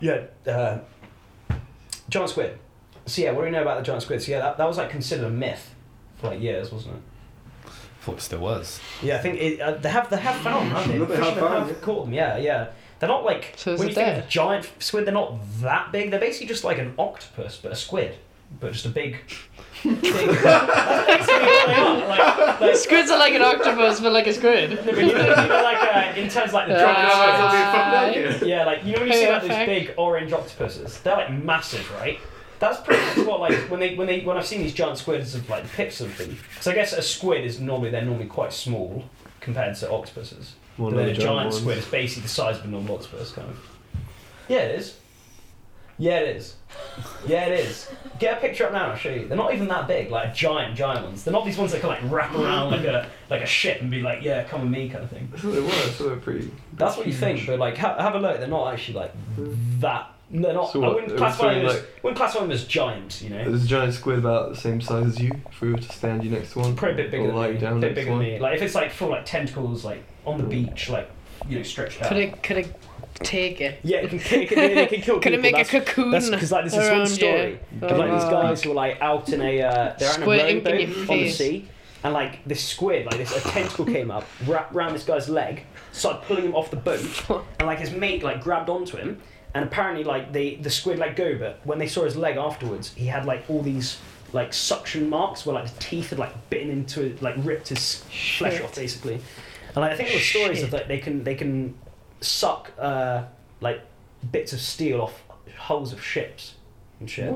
Speaker 1: Yeah, uh, giant squid. So yeah, what do we know about the giant squid? So yeah, that, that was like considered a myth for like years, wasn't it?
Speaker 5: Thought it still was.
Speaker 1: Yeah, I think it, uh, they have they have found, haven't they?
Speaker 2: They have
Speaker 1: Fishermen
Speaker 2: found,
Speaker 1: have
Speaker 2: yeah.
Speaker 1: caught them. Yeah, yeah. They're not like
Speaker 3: So is
Speaker 1: when
Speaker 3: it
Speaker 1: you think of
Speaker 3: dead?
Speaker 1: a giant squid, they're not that big. They're basically just like an octopus, but a squid, but just a big. big that's basically what they are. Like, like,
Speaker 3: Squids are like an octopus, but like a squid.
Speaker 1: when you think of, like uh, in terms of, like the
Speaker 3: Ah.
Speaker 1: drop
Speaker 2: It'll be a fucking alien.
Speaker 1: Yeah, like you know when you see
Speaker 3: Hey,
Speaker 1: like those
Speaker 3: okay.
Speaker 1: big orange octopuses, they're like massive, right? That's pretty much what like when they when they when I've seen these giant squids of like pics of them. So I guess a squid is normally they're normally quite small compared to octopuses.
Speaker 6: One
Speaker 1: but
Speaker 6: of
Speaker 1: then
Speaker 6: the
Speaker 1: a
Speaker 6: giant
Speaker 1: giant
Speaker 6: ones.
Speaker 1: squid is basically the size of a normal octopus, kind of. Yeah, it is. Yeah, it is. Yeah, it is. Get a picture up now and I'll show you. They're not even that big, like giant, giant ones. They're not these ones that can like wrap around like a like a ship and be like, yeah, come with me, kind of thing.
Speaker 6: I thought they were. I thought they were pretty.
Speaker 1: That's what you think, but like, ha- have a look. They're not actually like that. They're not.
Speaker 6: So
Speaker 1: I
Speaker 6: what,
Speaker 1: wouldn't
Speaker 6: it
Speaker 1: classify
Speaker 6: was
Speaker 1: them as.
Speaker 6: like-
Speaker 1: wouldn't classify them as giant. You know,
Speaker 6: There's a giant squid about the same size as you. If we were to stand you next to one,
Speaker 1: probably a bit bigger.
Speaker 6: or
Speaker 1: Than
Speaker 6: lie
Speaker 1: me,
Speaker 6: you down
Speaker 1: bit
Speaker 6: next
Speaker 1: bigger
Speaker 6: to one.
Speaker 1: than me. Like if it's like full like tentacles, like on the beach, like you know, stretched out.
Speaker 3: Could it, could it take it?
Speaker 1: yeah, it can, it can, it can kill
Speaker 3: Could
Speaker 1: people.
Speaker 3: it make a
Speaker 1: that's,
Speaker 3: cocoon?
Speaker 1: That's because like this is one
Speaker 3: Mm. around
Speaker 1: story.
Speaker 3: you?
Speaker 1: Of, like these
Speaker 3: Oh.
Speaker 1: guys who are like out in a uh, they're out in a
Speaker 3: Squid in your
Speaker 1: rowboat on the
Speaker 3: face.
Speaker 1: sea, and like this squid, like this a tentacle came up, wrapped round this guy's leg, started pulling him off the boat, and like his mate like grabbed onto him, and apparently like they the squid let go, but when they saw his leg afterwards, he had like all these like suction marks where like the teeth had like bitten into it, like ripped his flesh
Speaker 3: Shit.
Speaker 1: off basically, and like, I think there were stories of
Speaker 3: Shit.
Speaker 1: like they can they can suck uh, like bits of steel off holes of ships and shit.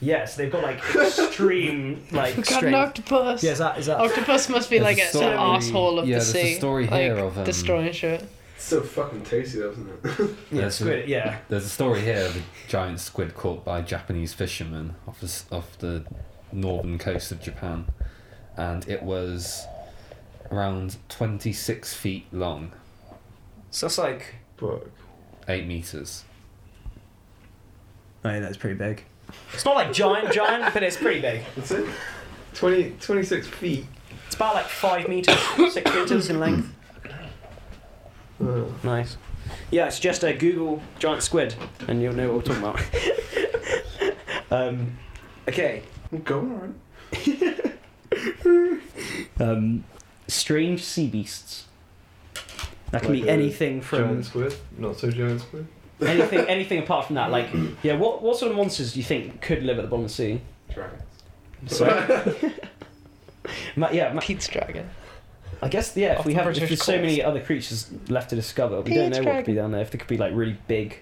Speaker 1: Yes, they've got like extreme like
Speaker 3: We've got an
Speaker 1: strength.
Speaker 3: octopus.
Speaker 1: Yeah, is that is that?
Speaker 3: Octopus must be
Speaker 5: There's
Speaker 3: like
Speaker 5: a
Speaker 3: a,
Speaker 5: story-
Speaker 3: an asshole of
Speaker 5: yeah,
Speaker 3: the
Speaker 5: there's a
Speaker 3: sea.
Speaker 5: story
Speaker 3: like,
Speaker 5: here of, um,
Speaker 3: destroying shit.
Speaker 2: So fucking tasty, though, isn't it?
Speaker 1: yeah,
Speaker 5: There's a-
Speaker 1: squid. Yeah,
Speaker 5: There's a story here of a giant squid caught by Japanese fishermen off the, s- off the northern coast of Japan, and it was around 26 feet long,
Speaker 1: so that's like.
Speaker 6: But
Speaker 5: eight meters.
Speaker 1: Oh, yeah, that's pretty big. It's not like giant, giant, but it's pretty big.
Speaker 6: that's it. 20, 26 feet.
Speaker 1: It's about like five meters, six meters in length.
Speaker 6: Uh,
Speaker 1: Nice. Yeah, I suggest uh, Google giant squid, and you'll know what we're talking about. um, okay.
Speaker 2: Go on.
Speaker 1: Um, strange sea beasts. That can
Speaker 6: Like
Speaker 1: be
Speaker 6: a
Speaker 1: anything from
Speaker 6: giant squid. Not so giant squid.
Speaker 1: anything, anything apart from that. Like, yeah, what what sort of monsters do you think could live at the bottom of the sea?
Speaker 2: Dragons.
Speaker 1: So, Ma- yeah, ma-
Speaker 3: Pete's dragon.
Speaker 1: I guess yeah. If
Speaker 3: Of
Speaker 1: we
Speaker 3: the
Speaker 1: have, if
Speaker 3: British
Speaker 1: there's so
Speaker 3: coast.
Speaker 1: many other creatures left to discover, we don't know what could be down there. If they could be like really big.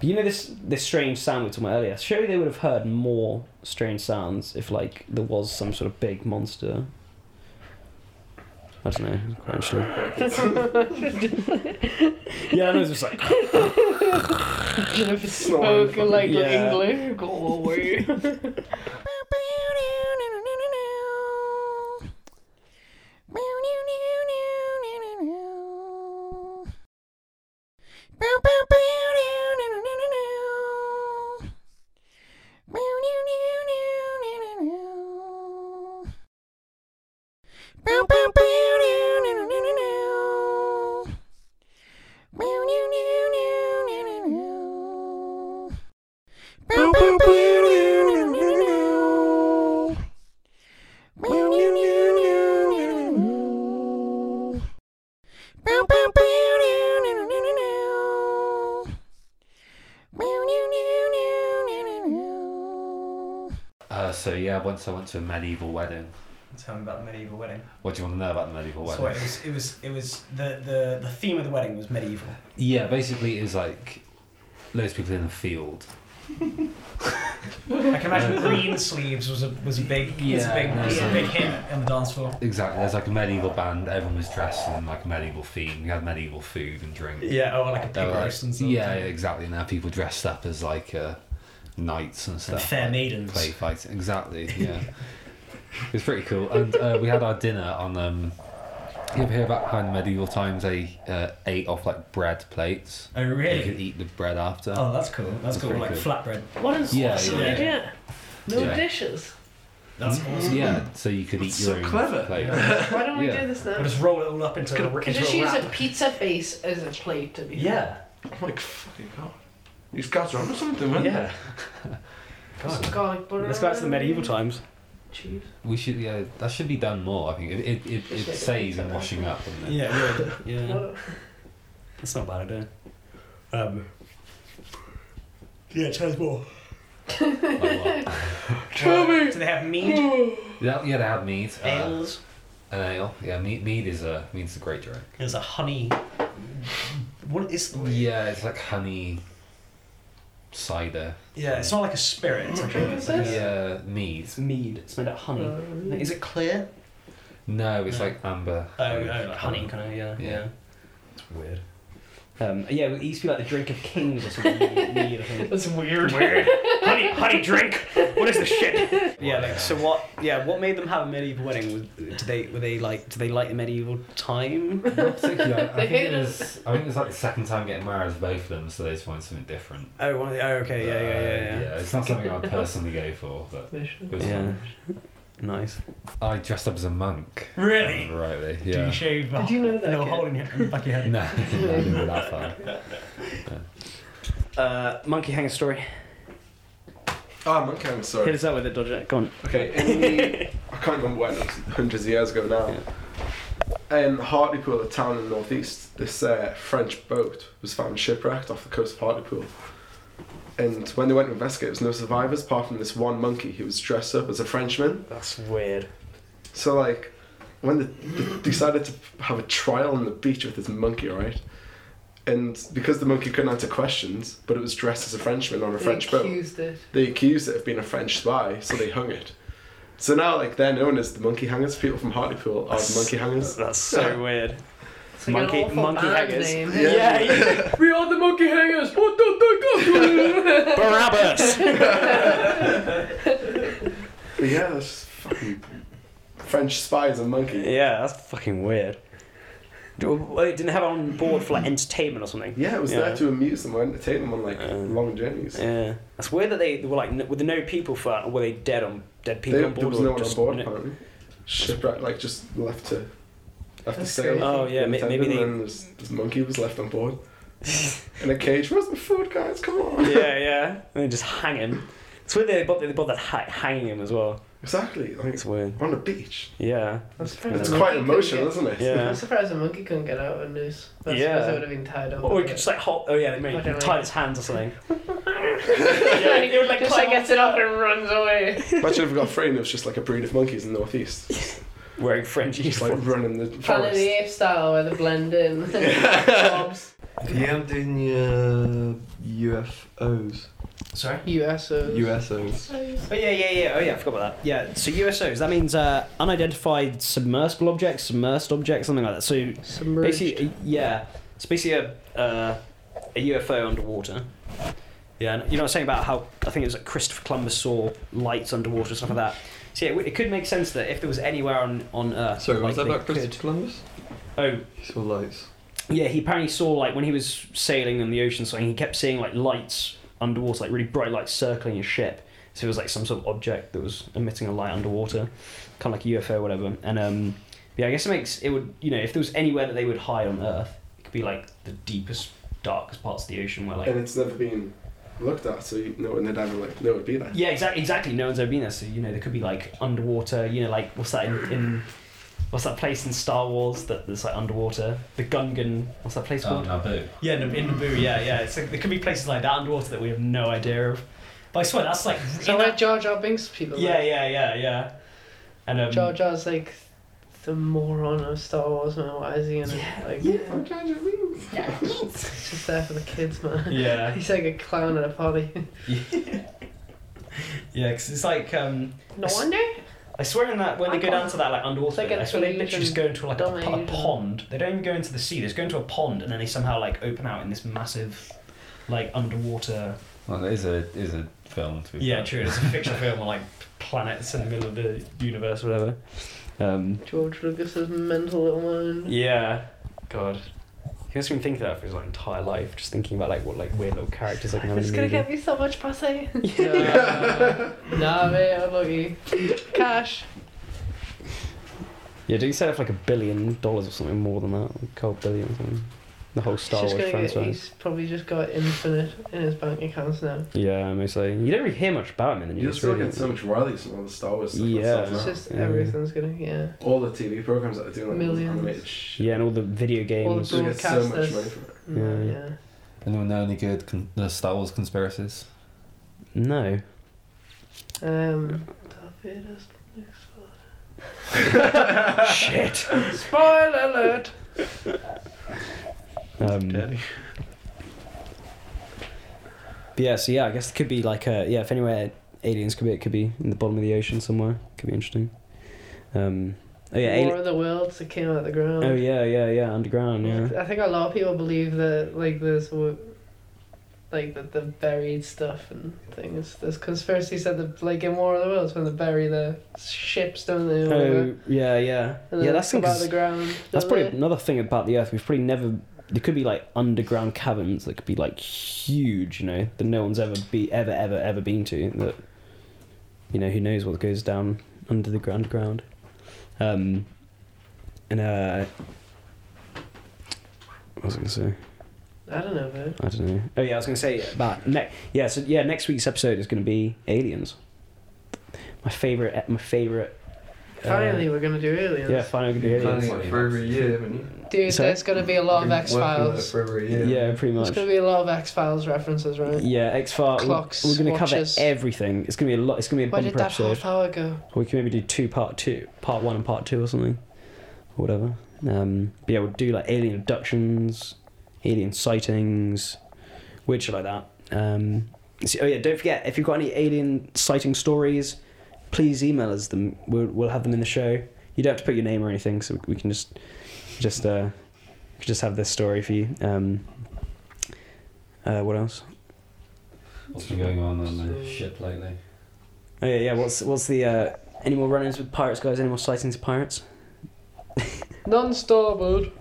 Speaker 1: But you know this this strange sound we were talking about earlier. Surely they would have heard more strange sounds if like there was some sort of big monster. I don't know. Quite interesting. yeah, I know. It's just like
Speaker 3: Jennifer
Speaker 2: Snoring.
Speaker 3: spoke like
Speaker 1: Yeah.
Speaker 3: English. Go away.
Speaker 5: Uh, so yeah, once I went to a medieval wedding.
Speaker 7: Tell me about the medieval wedding.
Speaker 5: What do you want to know about the medieval wedding?
Speaker 7: So it was, it was, it was the, the, the theme of the wedding was medieval.
Speaker 5: Yeah, basically it's like loads of people in a field.
Speaker 7: I can imagine green sleeves was a was a big was a
Speaker 5: Yeah.
Speaker 7: big was a
Speaker 5: Yeah.
Speaker 7: big hit on the dance floor.
Speaker 5: Exactly. There's like a medieval band. Everyone was dressed in like medieval theme. We had medieval food and drink.
Speaker 7: Yeah, or like a
Speaker 5: They
Speaker 7: pig
Speaker 5: were, like,
Speaker 7: roast and something.
Speaker 5: yeah, yeah, exactly. Now people dressed up as like uh, knights and
Speaker 7: And
Speaker 5: stuff.
Speaker 7: fair
Speaker 5: like,
Speaker 7: maidens.
Speaker 5: Play fighting. Exactly. Yeah. it was pretty cool. And uh, we had our dinner on. Um, you ever hear about how in medieval times they uh, ate off like bread plates?
Speaker 7: Oh
Speaker 5: You could
Speaker 7: really?
Speaker 5: eat the bread after.
Speaker 7: Oh, that's cool. That's
Speaker 5: That's
Speaker 7: cool.
Speaker 5: pretty
Speaker 7: Like flatbread.
Speaker 5: good.
Speaker 3: What is
Speaker 5: Yeah,
Speaker 3: that's
Speaker 5: yeah,
Speaker 3: an
Speaker 7: yeah.
Speaker 3: idea? No
Speaker 5: Yeah.
Speaker 3: dishes.
Speaker 7: That's awesome.
Speaker 5: Yeah, so you could
Speaker 2: That's
Speaker 5: eat your
Speaker 2: so
Speaker 5: own
Speaker 2: clever.
Speaker 5: plate.
Speaker 3: Why don't we
Speaker 5: Yeah.
Speaker 3: do this
Speaker 7: Or
Speaker 3: now?
Speaker 7: just roll it all up into a,
Speaker 3: Could
Speaker 7: into
Speaker 3: just
Speaker 7: a
Speaker 3: use
Speaker 7: wrap.
Speaker 3: a pizza base as a plate to be
Speaker 7: yeah.
Speaker 2: I'm like, fucking hell. These guys are onto something, weren't
Speaker 7: Yeah.
Speaker 3: Put some garlic butter.
Speaker 1: Let's go back to the
Speaker 3: on it,
Speaker 1: medieval times.
Speaker 3: Cheese.
Speaker 5: We should, yeah, that should be done more. I think it it, it,
Speaker 3: Just
Speaker 5: it
Speaker 3: like
Speaker 5: saves
Speaker 3: a-
Speaker 5: in washing up. doesn't it?
Speaker 1: Yeah, weird. Yeah.
Speaker 3: What-
Speaker 1: That's not a bad idea.
Speaker 7: Um, yeah, tell us more. Uh,
Speaker 5: Like what?
Speaker 7: Do they have
Speaker 1: Oh.
Speaker 7: mead?
Speaker 5: yeah, yeah, they had mead. Uh,
Speaker 7: Ales?
Speaker 5: An ale. Yeah, mead, mead is a mead's a great drink.
Speaker 7: There's a honey. What is the
Speaker 5: Yeah, it's like honey cider.
Speaker 7: Yeah, it's not like a spirit. It's like a, it's like a-
Speaker 5: Yeah, mead.
Speaker 1: It's mead. It's made out of honey.
Speaker 7: Is it clear?
Speaker 5: No, it's like amber.
Speaker 7: Oh, oh, like honey.
Speaker 1: kind of. Yeah,
Speaker 5: Yeah.
Speaker 1: yeah. It's weird. Um, yeah, it used to be like the drink of kings or something. mead, I think.
Speaker 3: That's weird.
Speaker 1: Weird. honey, honey drink. What is this shit? Yeah.
Speaker 5: Yeah.
Speaker 1: Like, so what? Yeah. What made them have a medieval wedding? Was, did they? Were they like? Did they like the medieval time?
Speaker 5: Not particularly. I, I
Speaker 3: They
Speaker 5: think
Speaker 3: hate
Speaker 5: it
Speaker 3: us.
Speaker 5: was. I think it was like the second time getting married for both of them, so they just wanted something different.
Speaker 1: Oh, one of the, oh okay. Yeah, yeah,
Speaker 5: Uh,
Speaker 1: yeah, yeah.
Speaker 5: It's not something I'd personally go for, but
Speaker 3: They should.
Speaker 5: it was
Speaker 1: Uh, Yeah.
Speaker 5: fun.
Speaker 1: Nice.
Speaker 5: I dressed up as a monk.
Speaker 7: Really?
Speaker 5: Rightly.
Speaker 7: Do
Speaker 5: Yeah.
Speaker 7: you shave?
Speaker 3: Did you know that,
Speaker 7: No,
Speaker 3: kid?
Speaker 7: holding it in the back of your head.
Speaker 5: No, I didn't go that far.
Speaker 1: Uh, monkey hanger story.
Speaker 2: Ah, oh, monkey, I'm sorry.
Speaker 1: Hit us out with it, Dodger. Go on.
Speaker 2: Okay, in the, I can't remember when, it was hundreds of years ago now. In Hartlepool, a town in the northeast, this uh, French boat was found shipwrecked off the coast of Hartlepool. And when they went to investigate, there was no survivors apart from this one monkey who was dressed up as a Frenchman.
Speaker 1: That's weird.
Speaker 2: So, like, when they, they decided to have a trial on the beach with this monkey, right? And because the monkey couldn't answer questions, but it was dressed as a Frenchman on a
Speaker 3: They
Speaker 2: French boat
Speaker 3: accused it.
Speaker 2: they accused it of being a French spy, so they hung it. So now, like, they're known as the monkey hangers. People from Hartlepool are the monkey hangers.
Speaker 1: That's so weird.
Speaker 3: It's
Speaker 1: Monkey-
Speaker 3: awful
Speaker 1: monkey
Speaker 3: band
Speaker 1: haggis.
Speaker 3: name.
Speaker 1: Yeah.
Speaker 3: We are the monkey hangers. What the fuck?
Speaker 1: Barabbas.
Speaker 2: But yeah, that's just fucking French spies and monkey.
Speaker 1: yeah, that's fucking weird. Well, it didn't have it on board for like entertainment or something.
Speaker 2: Yeah, it was
Speaker 1: Yeah.
Speaker 2: there to amuse them or entertain them on like long journeys.
Speaker 1: Yeah, that's weird that they, they were like n- were there no people for that, or were they dead on dead
Speaker 2: They,
Speaker 1: people
Speaker 2: there
Speaker 1: on board?
Speaker 2: was
Speaker 1: or
Speaker 2: no one on
Speaker 1: just
Speaker 2: board
Speaker 1: no-
Speaker 2: apparently. Shipwreck, like, just left to left to
Speaker 3: That's
Speaker 2: sail.
Speaker 3: crazy.
Speaker 1: Oh, yeah, ma- maybe they-
Speaker 2: And this, this monkey was left on board in a cage. Where's the food, guys? Come on.
Speaker 1: yeah, yeah, and they just hang him. It's weird they bothered they bothered ha- hanging him as well.
Speaker 2: Exactly. Like
Speaker 1: It's weird.
Speaker 2: on a beach.
Speaker 1: Yeah,
Speaker 3: I'm surprised
Speaker 2: It's
Speaker 3: the
Speaker 2: quite
Speaker 3: monkey couldn't
Speaker 2: emotional,
Speaker 3: get-
Speaker 2: isn't it?
Speaker 1: yeah.
Speaker 3: I'm surprised the monkey couldn't get out of a noose. That's
Speaker 1: Yeah.
Speaker 3: yeah. because it would have been tied up.
Speaker 1: Or he could just like hold. Oh yeah, they made
Speaker 3: Like a-
Speaker 1: tied his hands or something.
Speaker 3: yeah, he would like just like
Speaker 1: climb
Speaker 3: gets it up and runs away.
Speaker 2: Imagine if we got framed. It was just like a breed of monkeys in the northeast.
Speaker 1: Wearing French
Speaker 2: Just like
Speaker 1: uniforms.
Speaker 2: running the
Speaker 3: Planet of the
Speaker 2: forest.
Speaker 3: Apes style where they blend in. Jobs.
Speaker 6: Yeah, I'm doing your UFOs.
Speaker 7: Sorry.
Speaker 3: USOs.
Speaker 6: USOs.
Speaker 1: Oh yeah, yeah, yeah. Oh yeah, I forgot about that. Yeah. So USOs. That means uh, unidentified submersible objects, submersed objects, something like that. So
Speaker 3: Submerged.
Speaker 1: Basically, uh, yeah. It's basically a, uh, a UFO underwater. Yeah, and you know, I was saying about how I think it was like Christopher Columbus saw lights underwater, stuff like that. So yeah, it could make sense that if there was anywhere on on Earth,
Speaker 6: Sorry, what was that
Speaker 1: like,
Speaker 6: about
Speaker 1: they
Speaker 6: Christopher Columbus?
Speaker 1: could- Oh,
Speaker 6: He saw lights.
Speaker 1: yeah, he apparently saw like when he was sailing in the ocean, so he kept seeing like lights underwater, like really bright lights circling his ship. So it was like some sort of object that was emitting a light underwater, kind of like a UFO, or whatever. And um, yeah, I guess it makes it would you know if there was anywhere that they would hide on Earth, it could be like the deepest, darkest parts of the ocean where like
Speaker 2: And it's never been looked at, so you know, and they'd never like, no, it'd be there.
Speaker 1: yeah, exactly, exactly. No one's ever been there, so you know there could be like underwater. You know, like what's that in, in what's that place in Star Wars that that's like underwater? The Gungan. What's that place
Speaker 5: Oh,
Speaker 1: called?
Speaker 5: Naboo.
Speaker 1: Yeah, in Naboo, yeah, yeah. It's like, there could be places like that underwater that we have no idea of.
Speaker 7: But I swear that's like in
Speaker 3: So where
Speaker 7: that-
Speaker 3: Jar Jar Binks people?
Speaker 7: yeah,
Speaker 3: live?
Speaker 7: yeah, yeah, yeah. And um,
Speaker 3: Jar Jar's like the moron of Star Wars, man. Why is he in it? Like, He's just there for the kids, man.
Speaker 7: Yeah.
Speaker 3: He's like a clown at a party.
Speaker 7: yeah, because it's like um,
Speaker 3: No wonder.
Speaker 7: I swear in that when they
Speaker 3: I
Speaker 7: go down
Speaker 3: can't-
Speaker 7: to that like underwater,
Speaker 3: They
Speaker 7: bit,
Speaker 3: get
Speaker 7: I swear they
Speaker 3: really
Speaker 7: literally just go into like a,
Speaker 3: dominated
Speaker 7: a
Speaker 3: and-
Speaker 7: pond. They don't even go into the sea. They just go into a pond, and then they somehow like open out in this massive, like underwater.
Speaker 5: Well, it is a it is a film. To be
Speaker 7: Yeah,
Speaker 5: fair.
Speaker 7: true. It's a fiction film on like planets in the middle of the universe, or whatever. Um,
Speaker 3: George Lucas's mental little mind.
Speaker 7: yeah, God. I guess we can think of that for his like, entire life, just thinking about like what like weird little characters like
Speaker 3: It's gonna get me so much pussy.
Speaker 2: Yeah.
Speaker 3: nah, mate, I love you. Cash.
Speaker 1: Yeah, do you set up like a billion dollars or something more than that? Like a couple billion or something. The whole Star Wars
Speaker 3: he's, just gonna get,
Speaker 1: franchise.
Speaker 3: he's probably just got infinite in his bank accounts now.
Speaker 1: Yeah, mostly. You don't really hear much about him in the
Speaker 2: You're
Speaker 1: news,
Speaker 2: still
Speaker 1: really.
Speaker 2: getting so much royalties from all the Star Wars stuff. and
Speaker 1: Yeah.
Speaker 3: It's
Speaker 2: stuff now.
Speaker 3: just
Speaker 1: Oh, Yeah.
Speaker 3: everything's gonna yeah.
Speaker 2: All the TV programs that they're doing, like all the
Speaker 3: Millions.
Speaker 2: animated shit.
Speaker 1: Yeah, and all the video
Speaker 3: All
Speaker 1: games.
Speaker 3: the
Speaker 2: They get so much money
Speaker 3: broadcasters.
Speaker 2: from it.
Speaker 3: No,
Speaker 1: Yeah.
Speaker 3: yeah.
Speaker 5: Anyone know any good con- the Star Wars conspiracies?
Speaker 1: No.
Speaker 3: Um. Darth Vader's next one.
Speaker 7: shit.
Speaker 3: Spoiler alert!
Speaker 1: Um, but yeah, so yeah, I guess it could be like a yeah. If anywhere aliens could be, it could be in the bottom of the ocean somewhere. Could be interesting. Um, oh yeah,
Speaker 3: War
Speaker 1: ali-
Speaker 3: of the Worlds that came out of the ground.
Speaker 1: oh yeah, yeah, yeah, underground. Yeah,
Speaker 3: I think a lot of people believe that like there's w- like that the buried stuff and things. There's conspiracy said that like in War of the Worlds when they bury the ships, don't they? or whatever,
Speaker 1: oh yeah, yeah,
Speaker 3: and
Speaker 1: yeah.
Speaker 3: then
Speaker 1: That's
Speaker 3: come out of the
Speaker 1: that's
Speaker 3: ground. don't
Speaker 1: probably
Speaker 3: they?
Speaker 1: another thing about the Earth. We've probably never. There could be like underground caverns that could be like huge, you know, that no one's ever be ever ever ever been to. That you know, who knows what goes down under the ground ground. Um, and uh, what was I gonna say?
Speaker 3: I don't know, man.
Speaker 1: I don't know. Oh yeah, I was gonna say about ne- yeah. So yeah, next week's episode is gonna be aliens. My favorite, e, my favorite. uh,
Speaker 3: Finally, we're gonna do aliens.
Speaker 1: yeah, finally we're gonna do
Speaker 6: Planning
Speaker 1: aliens.
Speaker 6: it for every year, haven't you?
Speaker 3: Dude,
Speaker 1: Sorry?
Speaker 3: there's gonna be a lot of
Speaker 6: Been
Speaker 3: X
Speaker 6: working on it
Speaker 3: Files.
Speaker 6: For every
Speaker 1: Yeah,
Speaker 6: year.
Speaker 1: pretty
Speaker 3: There's
Speaker 1: much.
Speaker 3: gonna be a lot of X Files references, right?
Speaker 1: Yeah, X Files.
Speaker 3: Clocks,
Speaker 1: We're, gonna
Speaker 3: watches.
Speaker 1: cover everything. It's gonna be a lot. It's gonna be a
Speaker 3: Where did
Speaker 1: bumper
Speaker 3: that
Speaker 1: episode.
Speaker 3: half hour go?
Speaker 1: Or we can maybe do two part two, part one and part two or something, or whatever. Um, but yeah, we'll do like alien abductions, alien sightings, weird shit like that. Um, so- oh yeah, don't forget if you've got any alien sighting stories, please email us them. We'll, we'll have them in the show. You don't have to put your name or anything, so we can just just uh, we can just have this story for you. Um, uh, what else?
Speaker 5: What's been going on on the ship lately?
Speaker 1: Oh yeah, yeah. What's what's the uh, any more run-ins with pirates, guys? Any more sightings of pirates?
Speaker 3: Non starboard.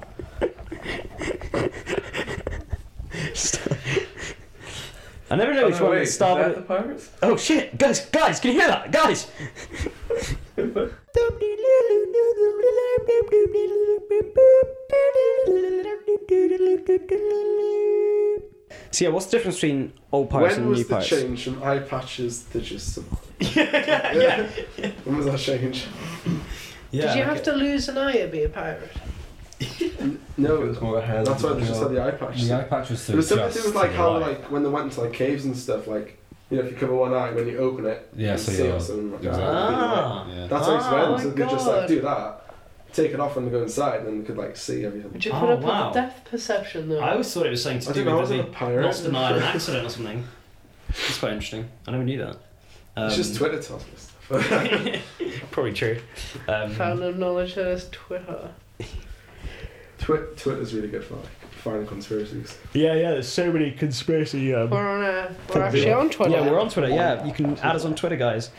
Speaker 1: I never know
Speaker 2: Oh,
Speaker 1: which
Speaker 2: no,
Speaker 1: one
Speaker 2: wait,
Speaker 1: is
Speaker 2: is
Speaker 1: starboard.
Speaker 2: that the pirates?
Speaker 1: Oh shit, guys, guys, can you hear that, guys? So yeah, what's the difference between old pirates
Speaker 2: when
Speaker 1: and new
Speaker 2: was the
Speaker 1: pirates?
Speaker 2: change from eye patches to just some? yeah, When was that change?
Speaker 1: Yeah,
Speaker 3: did you have to lose an eye to be a pirate?
Speaker 6: If it
Speaker 2: No,
Speaker 6: was more hair.
Speaker 2: that's why
Speaker 6: than
Speaker 2: they just had
Speaker 6: nothing
Speaker 2: the eye patches.
Speaker 5: The eye patch was
Speaker 2: There
Speaker 5: still
Speaker 2: was something to
Speaker 5: just
Speaker 2: do with like
Speaker 5: the
Speaker 2: how
Speaker 5: right.
Speaker 2: like when they went into like caves and stuff. Like you know, if you cover one eye when you open it,
Speaker 5: yeah,
Speaker 2: you
Speaker 5: so
Speaker 2: see
Speaker 5: yeah,
Speaker 2: or something like
Speaker 5: exactly.
Speaker 2: that.
Speaker 7: Ah.
Speaker 5: yeah.
Speaker 2: That's how
Speaker 7: Oh
Speaker 2: it's
Speaker 3: my
Speaker 2: went. So they just like
Speaker 3: God.
Speaker 2: do that, take it off when they go inside, and then they could like see everything.
Speaker 3: Would you
Speaker 7: Oh,
Speaker 3: put up
Speaker 7: wow.
Speaker 3: with depth perception though?
Speaker 7: I always thought it was something to
Speaker 2: I
Speaker 7: do
Speaker 2: don't know. I
Speaker 7: with
Speaker 2: was
Speaker 7: that
Speaker 2: in a
Speaker 7: they lost
Speaker 2: pirate.
Speaker 7: an eye in an accident or something. It's quite interesting. I never knew that. Um,
Speaker 2: It's just Twitter tells me stuff.
Speaker 7: probably true. Um,
Speaker 3: Found of knowledge that is Twitter.
Speaker 2: Twi- Twitter's really good for like finding conspiracies.
Speaker 1: yeah, yeah. There's so many conspiracy. Um...
Speaker 3: We're on uh, we're actually on Twitter.
Speaker 1: Yeah, we're on Twitter. Yeah, you can add us on Twitter, guys.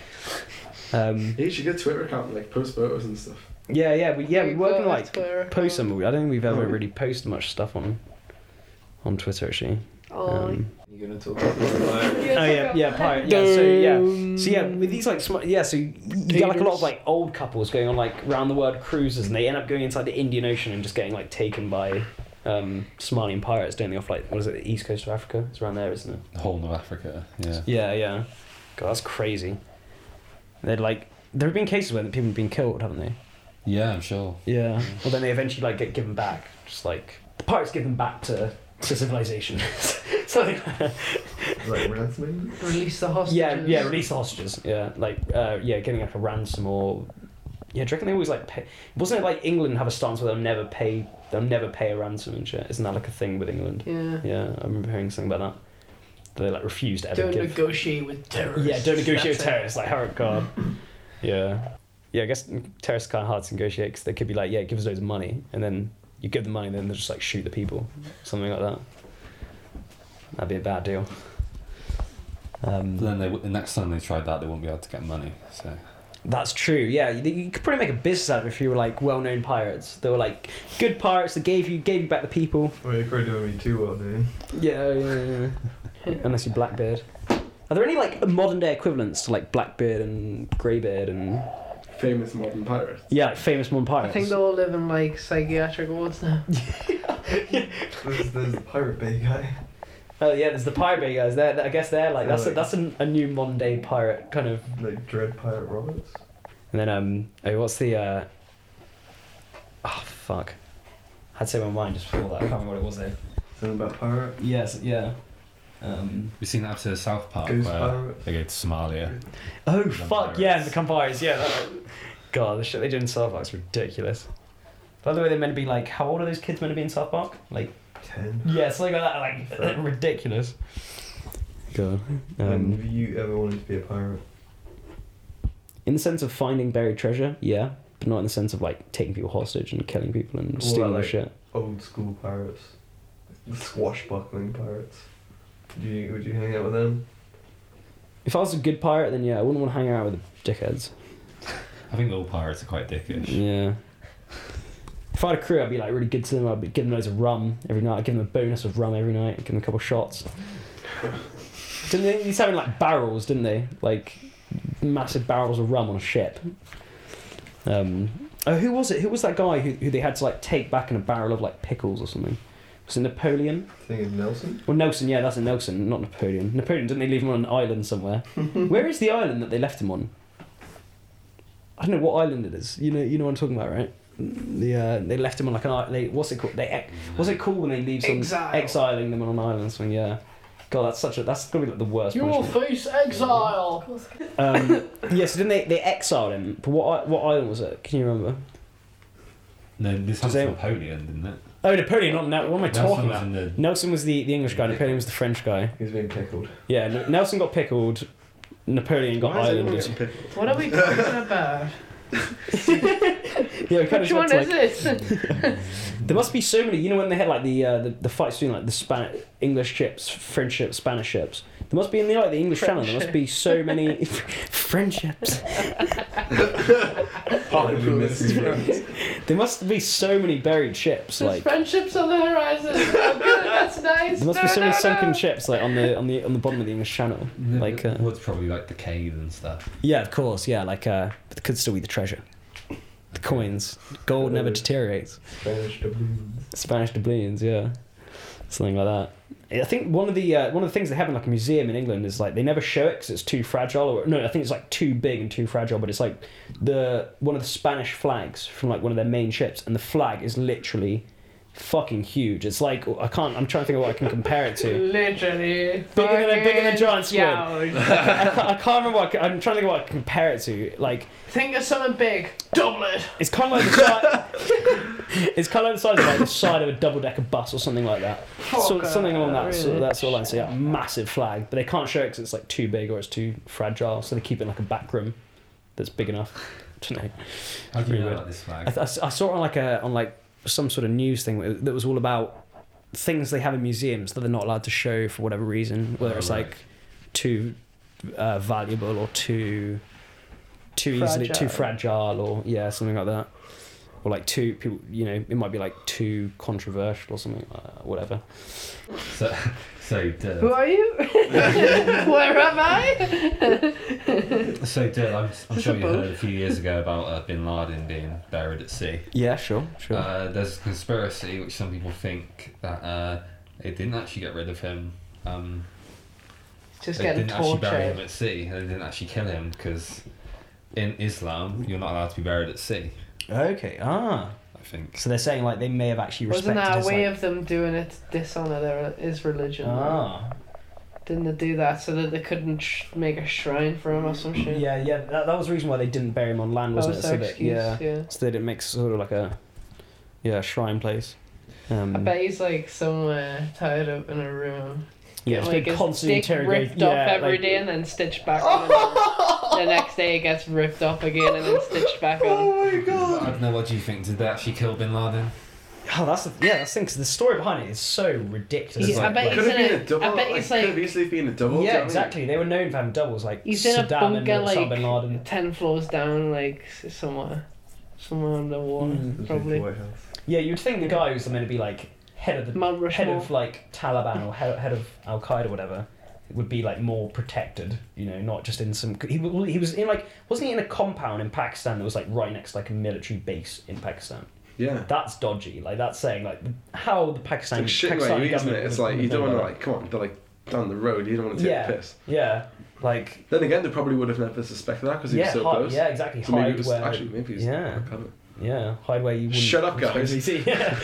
Speaker 1: Um,
Speaker 2: You should get a Twitter account and like post photos and stuff.
Speaker 1: yeah, yeah, we, yeah. We
Speaker 3: We've
Speaker 1: work
Speaker 3: got
Speaker 1: on
Speaker 3: a
Speaker 1: like
Speaker 3: Twitter
Speaker 1: post them.
Speaker 3: account.
Speaker 1: but I don't think we've ever
Speaker 2: Oh.
Speaker 1: really posted much stuff on on Twitter actually.
Speaker 3: Oh,
Speaker 1: Um,
Speaker 6: You're gonna talk about the
Speaker 1: oh yeah, yeah, pirate. Yeah, so yeah, so yeah, with these like small, yeah, so you get like a lot of like old couples going on like round the world cruises, and they end up going inside the Indian Ocean and just getting like taken by um, Somalian pirates, don't they? Off like what is it, the east coast of Africa? It's around there, isn't it?
Speaker 5: The whole of Africa. Yeah.
Speaker 1: Yeah, yeah. God, that's crazy. They'd like there have been cases where people have been killed, haven't they?
Speaker 5: Yeah, I'm sure.
Speaker 1: Yeah. Well, then they eventually like get given back, just like the pirates give them back to to civilization. Something. like that.
Speaker 6: Like ransom?
Speaker 3: Release the hostages.
Speaker 1: oh, Yeah, yeah, release the hostages. Yeah, like uh, yeah, getting like a ransom or yeah. Do you reckon they always like pay? Wasn't it like England have a stance where they'll never pay? They'll never pay a ransom and shit. Isn't that like a thing with England?
Speaker 3: Yeah.
Speaker 1: Yeah, I remember hearing something about that. That They like refused to ever
Speaker 3: Don't
Speaker 1: give.
Speaker 3: negotiate with terrorists.
Speaker 1: yeah, don't negotiate with
Speaker 3: That's it.
Speaker 1: terrorists. Like, hurry up, God. yeah, yeah. I guess terrorists kind of hard to negotiate because they could be like, yeah, give us loads of money, and then you give them money, then they'll just like shoot the people, something like that. That'd be a bad deal. Um,
Speaker 5: But then they, the next time they tried that, they won't be able to get money. So
Speaker 1: That's true. Yeah, you, you could probably make a business out of it if you were like well-known pirates. They were like good pirates. They gave you gave you back the people.
Speaker 6: I mean, you're probably doing me too well, dude.
Speaker 1: Yeah, yeah, yeah. Unless you Blackbeard. Are there any like modern-day equivalents to like Blackbeard and Greybeard and
Speaker 2: Famous modern pirate.
Speaker 1: yeah, like famous modern
Speaker 3: I
Speaker 1: pirates?
Speaker 3: think they all live in like psychiatric wards now.
Speaker 6: There's, there's the Pirate Bay guy.
Speaker 1: Oh yeah, there's the pirate guys. They're, I guess they're like that's a,
Speaker 6: Really?
Speaker 1: that's an, a new modern-day pirate kind of.
Speaker 6: Like Dread Pirate Roberts.
Speaker 1: And then um, oh, what's the uh? Oh fuck, I had to say my mind just before that. I can't remember what it was though.
Speaker 6: Something about pirate.
Speaker 1: Yes, yeah. Um,
Speaker 5: we've seen that episode of South Park
Speaker 6: Goose
Speaker 5: where
Speaker 6: Pirate.
Speaker 5: they go to Somalia.
Speaker 1: Oh
Speaker 5: Become
Speaker 1: fuck
Speaker 5: pirates.
Speaker 1: yeah, and become pirates. Yeah. that- God, the shit they do in South Park's ridiculous. By the way, they're meant to be like, how old are those kids meant to be in South Park? Like,
Speaker 6: Ten.
Speaker 1: yeah, something like that. Like, ridiculous. God.
Speaker 6: Um,
Speaker 1: Um,
Speaker 6: have you ever wanted to be a pirate?
Speaker 1: in the sense of finding buried treasure, yeah, but not in the sense of like taking people hostage and killing people and
Speaker 6: Well,
Speaker 1: stealing their
Speaker 6: like-
Speaker 1: shit.
Speaker 6: Old school pirates. The swashbuckling pirates. Would you, would you hang out with them?
Speaker 1: If I was a good pirate, then yeah, I wouldn't want to hang out with the dickheads.
Speaker 5: I think all pirates are quite dickish.
Speaker 1: Yeah. If I had a crew, I'd be like really good to them. I'd be giving them loads of rum every night. I'd give them a bonus of rum every night. I'd give them a couple of shots. didn't they? They used to have like barrels, didn't they? Like massive barrels of rum on a ship. Um, oh, who was it? Who was that guy who, who they had to like take back in a barrel of like pickles or something? Was it Napoleon?
Speaker 6: Thing of Nelson?
Speaker 1: Well, Nelson, yeah, that's a Nelson, not Napoleon. Napoleon, didn't they leave him on an island somewhere? Where is the island that they left him on? I don't know what island it is. You know, you know what I'm talking about, right? The uh, they left him on like an island. They, what's it called? They ex- what's it called when they leave some
Speaker 3: Exile.
Speaker 1: exiling them on an island? or Something, yeah. God, that's such a that's gonna be like the worst.
Speaker 3: You will
Speaker 1: punishment.
Speaker 3: face exile.
Speaker 1: Um, yeah, so didn't they they exiled him? But what i- what island was it? Can you remember?
Speaker 5: No, this
Speaker 1: Does
Speaker 5: was
Speaker 1: they-
Speaker 5: Napoleon, didn't it?
Speaker 1: Oh, Napoleon, not Nelson. What am I
Speaker 5: Nelson
Speaker 1: talking
Speaker 5: was
Speaker 1: about?
Speaker 5: in the-
Speaker 1: Nelson was the, the English guy. Napoleon was the French guy.
Speaker 6: He's being pickled.
Speaker 1: Yeah, N- Nelson got pickled. Napoleon got
Speaker 2: Why is everyone
Speaker 1: islanded.
Speaker 2: getting pickled?
Speaker 3: What are we talking about?
Speaker 1: Yeah, we kind
Speaker 3: Which
Speaker 1: of
Speaker 3: one
Speaker 1: went to, like,
Speaker 3: is it?
Speaker 1: there must be so many. You know when they had like the uh, the, the fights between like the Span- English ships, French ships, Spanish ships. There must be in the like the English Channel. There must be so many French ships.
Speaker 2: Pirate pool is
Speaker 1: There must be so many buried ships.
Speaker 3: There's
Speaker 1: Like
Speaker 3: friendships on the horizon. Oh, good, That's nice.
Speaker 1: there must be
Speaker 3: No,
Speaker 1: so many
Speaker 3: no,
Speaker 1: sunken
Speaker 3: no.
Speaker 1: ships like on the on the on the bottom of the English Channel. Like uh,
Speaker 5: Wood's probably like decayed and stuff.
Speaker 1: yeah, of course, yeah. Like uh, but it could still be the treasure, the coins. Gold never deteriorates.
Speaker 6: Spanish doubloons.
Speaker 1: Spanish doubloons, yeah, something like that. I think one of the uh, one of the things they have in like a museum in England is like they never show it because it's too fragile. Or, no, I think it's like too big and too fragile. But it's like the one of the Spanish flags from like one of their main ships, and the flag is literally fucking huge. It's like I can't. I'm trying to think of what I can compare it to.
Speaker 3: Literally.
Speaker 1: Bigger than a- bigger than a
Speaker 3: fucking
Speaker 1: giant squid.
Speaker 3: yowd.
Speaker 1: I, can't, I can't remember. What I, am trying to think of what I can compare it to. Like
Speaker 3: Think of something big. Double it.
Speaker 1: it's kind of like the size. it's kind of like the size of like the side of a double decker bus or something like that. so,
Speaker 3: Fuck,
Speaker 1: something along that sort
Speaker 3: really.
Speaker 1: of, that sort of line. So yeah, massive flag, but they can't show it because it's like too big or it's too fragile. So they keep it in like a back room that's big enough. I don't know.
Speaker 5: How do you
Speaker 1: Pretty
Speaker 5: know
Speaker 1: weird.
Speaker 5: about this flag?
Speaker 1: I, th- I s- I saw it on like a on like some sort of news thing wh- that was all about things they have in museums that they're not allowed to show for whatever reason, whether
Speaker 5: Oh,
Speaker 1: it's
Speaker 5: right.
Speaker 1: like too uh, valuable or too too easily too fragile or yeah something like that, or like too people you know it might be like too controversial or something uh, whatever.
Speaker 5: So, so uh,
Speaker 3: Who
Speaker 5: Dill.
Speaker 3: are you? Where am I?
Speaker 5: So Dill, I'm, I'm
Speaker 3: Is
Speaker 5: sure
Speaker 3: it
Speaker 5: you
Speaker 3: both?
Speaker 5: heard a few years ago about uh, Bin Laden being buried at sea.
Speaker 1: Yeah, sure, sure.
Speaker 5: Uh, there's a conspiracy which some people think that uh, they didn't actually get rid of him. Um,
Speaker 3: Just
Speaker 5: they
Speaker 3: getting
Speaker 5: didn't actually bury him
Speaker 3: tortured.
Speaker 5: at sea. They didn't actually kill him because in Islam you're not allowed to be buried at sea.
Speaker 1: okay, ah,
Speaker 5: I think.
Speaker 1: so they're saying like they may have actually
Speaker 3: Wasn't
Speaker 1: respected
Speaker 3: that
Speaker 1: his,
Speaker 3: a way
Speaker 1: like-
Speaker 3: of them doing it to dishonour their his religion?
Speaker 1: ah.
Speaker 3: Didn't they do that so that they couldn't sh- make a shrine for him or some shit?
Speaker 1: Yeah, yeah. That, that was the reason why they didn't bury him on land,
Speaker 3: that
Speaker 1: wasn't
Speaker 3: was
Speaker 1: it?
Speaker 3: their
Speaker 1: so that,
Speaker 3: excuse.
Speaker 1: yeah,
Speaker 3: yeah.
Speaker 1: so they didn't make sort of like a yeah shrine place. Um,
Speaker 3: I bet he's like somewhere tied up in a room.
Speaker 1: yeah,
Speaker 3: Getting,
Speaker 1: just
Speaker 3: like
Speaker 1: they
Speaker 3: his
Speaker 1: constantly
Speaker 3: dick
Speaker 1: interrogate.
Speaker 3: ripped
Speaker 1: Yeah,
Speaker 3: off every day
Speaker 1: like,
Speaker 3: and then stitched back on. the next day it gets ripped off again and then stitched back on.
Speaker 6: Oh my god!
Speaker 5: I don't know. What do you think? Did they actually kill Bin Laden?
Speaker 1: oh, that's the, yeah, that's the thing. 'cause the story behind it is so ridiculous.
Speaker 3: He's, I
Speaker 5: like-
Speaker 3: bet
Speaker 2: Could
Speaker 3: he's
Speaker 2: have
Speaker 3: in
Speaker 2: been
Speaker 3: a,
Speaker 2: a double.
Speaker 3: I bet he's
Speaker 2: could have
Speaker 3: like
Speaker 2: easily been a double. do you know
Speaker 1: yeah,
Speaker 2: what I mean?
Speaker 1: exactly. They were known for having doubles, like
Speaker 3: He's in a
Speaker 1: Saddam and
Speaker 3: bunker,
Speaker 1: Osama bin
Speaker 3: like-
Speaker 1: Laden.
Speaker 3: ten floors down, like s- somewhere, somewhere underwater,
Speaker 1: Mm.
Speaker 3: probably.
Speaker 6: White House.
Speaker 1: Yeah, you'd think the guy who's meant to be like head of the
Speaker 3: Mount
Speaker 1: head
Speaker 3: Rushmore.
Speaker 1: of like Taliban or head, head of Al Qaeda or whatever would be like more protected, you know, not just in some. He, w- he was in like wasn't he in a compound in Pakistan that was like right next to like a military base in Pakistan?
Speaker 2: Yeah.
Speaker 1: That's dodgy. Like that's saying like how the Pakistan
Speaker 2: Like shit where
Speaker 1: Pakistani
Speaker 2: you isn't
Speaker 1: government
Speaker 2: it? It's
Speaker 1: would-
Speaker 2: like you
Speaker 1: would
Speaker 2: don't
Speaker 1: know
Speaker 2: want to
Speaker 1: about
Speaker 2: like come on, they're like down the road. You don't want to
Speaker 1: that. yeah
Speaker 2: take a piss.
Speaker 1: yeah like
Speaker 2: Then again, they probably would have never suspected that because he
Speaker 1: yeah
Speaker 2: was so
Speaker 1: hi-
Speaker 2: close.
Speaker 1: yeah exactly
Speaker 2: So maybe
Speaker 1: hide
Speaker 2: it was
Speaker 1: where
Speaker 2: actually maybe it was
Speaker 1: yeah.
Speaker 2: cover.
Speaker 1: yeah hide where you wouldn't
Speaker 2: Shut up, guys.
Speaker 1: see. Yeah.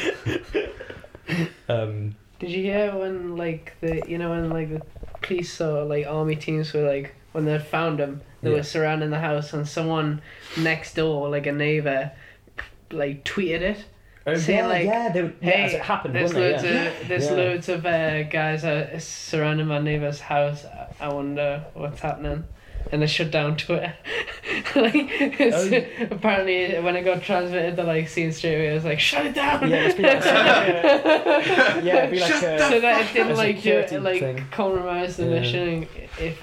Speaker 1: um,
Speaker 3: Did you hear when like the you know when like the police or like army teams were like when they found him they
Speaker 1: Yeah.
Speaker 3: were surrounding the house and someone next door like a neighbor like tweeted it
Speaker 1: oh,
Speaker 3: Say,
Speaker 1: yeah,
Speaker 3: like,
Speaker 1: yeah, they, were- yeah,
Speaker 3: hey,
Speaker 1: as it happened,
Speaker 3: there's
Speaker 1: wasn't it?
Speaker 3: loads
Speaker 1: Yeah.
Speaker 3: of there's
Speaker 1: Yeah.
Speaker 3: loads of uh, guys uh, surrounding my neighbor's house I- I wonder what's happening and they shut down Twitter like it's,
Speaker 1: Oh, yeah.
Speaker 3: apparently when it got transmitted they like seen straight away it was like shut it down
Speaker 1: Yeah, it's been like- yeah, it'd be like uh, a,
Speaker 3: so that it
Speaker 1: a
Speaker 3: didn't like do it,
Speaker 1: security
Speaker 3: like
Speaker 1: thing.
Speaker 3: compromise the
Speaker 1: Yeah.
Speaker 3: mission if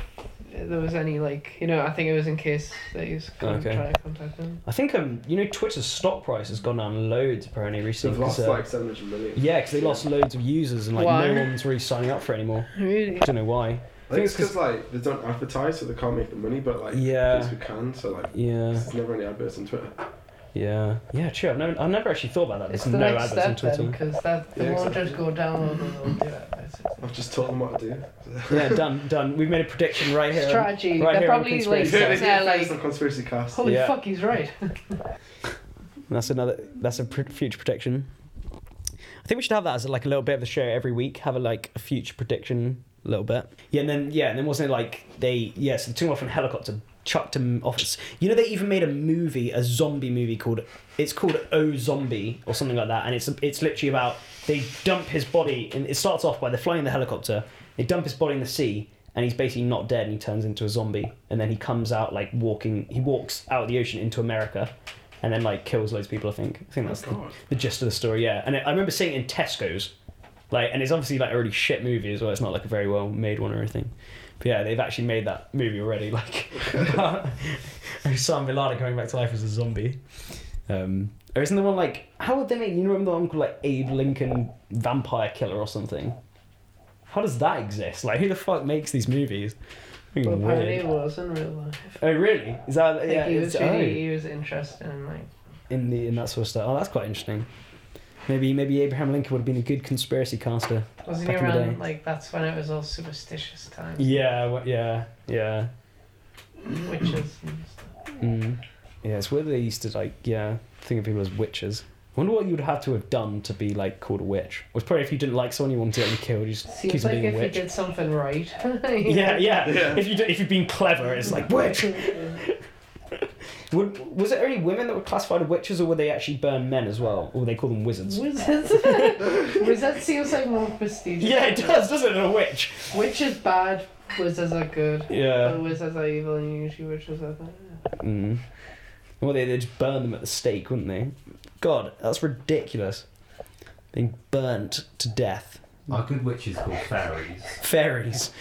Speaker 3: there was any like you know I think it was in case they was gonna
Speaker 1: Okay.
Speaker 3: try to contact them.
Speaker 1: I think um, you know, Twitter's stock price has gone down loads apparently
Speaker 2: They've
Speaker 1: recently.
Speaker 2: lost
Speaker 1: 'cause, uh,
Speaker 2: like seven hundred million.
Speaker 1: yeah, because they lost loads of users and like
Speaker 3: Why?
Speaker 1: no one's really signing up for it anymore.
Speaker 3: Really?
Speaker 1: I don't know why.
Speaker 2: I think it's
Speaker 1: Things
Speaker 2: because like they don't advertise, so they can't make the money. But like
Speaker 1: Yeah.
Speaker 2: Facebook can, so like
Speaker 1: Yeah,
Speaker 2: there's never any adverts on Twitter.
Speaker 1: yeah, yeah. True. I've never, I've never actually thought about that. There's
Speaker 3: It's the
Speaker 1: no
Speaker 3: next
Speaker 1: adverts on
Speaker 3: step then,
Speaker 1: Twitter.
Speaker 3: because that the
Speaker 2: Yeah,
Speaker 3: more
Speaker 2: exactly.
Speaker 3: just go down and they'll do that. That's it.
Speaker 2: I've just told them what to do.
Speaker 1: yeah, done, done. We've made a prediction right here.
Speaker 3: Strategy.
Speaker 1: right
Speaker 3: They're
Speaker 1: here on
Speaker 3: probably like
Speaker 1: conspiracy
Speaker 2: Yeah,
Speaker 3: sitting
Speaker 2: they
Speaker 3: there like,
Speaker 2: on conspiracy cast.
Speaker 3: holy
Speaker 1: Yeah.
Speaker 3: fuck, he's right.
Speaker 1: And that's another. That's a pr- future prediction. I think we should have that as like a little bit of the show every week. Have a like a future prediction, a little bit. Yeah, and then yeah, and then wasn't it like they yeah, so they took him off in a helicopter, chucked him off. his- You know they even made a movie, a zombie movie called it's called O Zombie or something like that, and it's it's literally about they dump his body and it starts off by they're flying the helicopter, they dump his body in the sea. And he's basically not dead, and he turns into a zombie. And then he comes out like walking. He walks out of the ocean into America, and then like kills loads of people. I think. I think that's the, the gist of the story. Yeah, and I I remember seeing it in Tesco's, like, and it's obviously like a really shit movie as well. It's not like a very well made one or anything. But yeah, they've actually made that movie already. Like, Osama bin Laden coming back to life as a zombie. Um, or isn't the one like how would they make you remember the one called like Abe Lincoln Vampire Killer or something? How does that exist? Like, who the fuck makes these movies? Fucking
Speaker 3: But apparently it
Speaker 1: weird.
Speaker 3: was in real life.
Speaker 1: Oh really? Is that
Speaker 3: Like
Speaker 1: yeah?
Speaker 3: he
Speaker 1: it's-
Speaker 3: was really
Speaker 1: oh
Speaker 3: he was interested in like
Speaker 1: in the in that sort of stuff. Oh, that's quite interesting. Maybe maybe Abraham Lincoln would have been a good conspiracy caster.
Speaker 3: wasn't he
Speaker 1: Back in the day.
Speaker 3: around like that's when it was all superstitious times.
Speaker 1: Yeah, wha- yeah, yeah.
Speaker 3: Witches and stuff.
Speaker 1: Mm. Yeah, it's weird they used to like yeah think of people as witches. I wonder what you would have to have done to be like called a witch. It was probably if you didn't like someone you wanted to get them killed, you just accuse
Speaker 3: Seems
Speaker 1: them
Speaker 3: like
Speaker 1: of being
Speaker 3: if
Speaker 1: a
Speaker 3: you
Speaker 1: witch.
Speaker 3: did something right.
Speaker 1: Yeah, yeah.
Speaker 2: Yeah.
Speaker 1: If you do, if you've been clever, it's like witch. Would, was it only women that were classified as witches, or would they actually burn men as well, or would they call them wizards?
Speaker 3: Wizards. Wizards seems like more prestigious.
Speaker 1: Yeah, it does, doesn't it? A witch.
Speaker 3: Witch is bad, wizards are good.
Speaker 1: Yeah.
Speaker 3: But wizards are evil and usually witches are bad.
Speaker 1: Mm. Well, they, they'd burn them at the stake, wouldn't they? God, that's ridiculous. Being burnt to death.
Speaker 5: Are good witches called fairies?
Speaker 1: Fairies.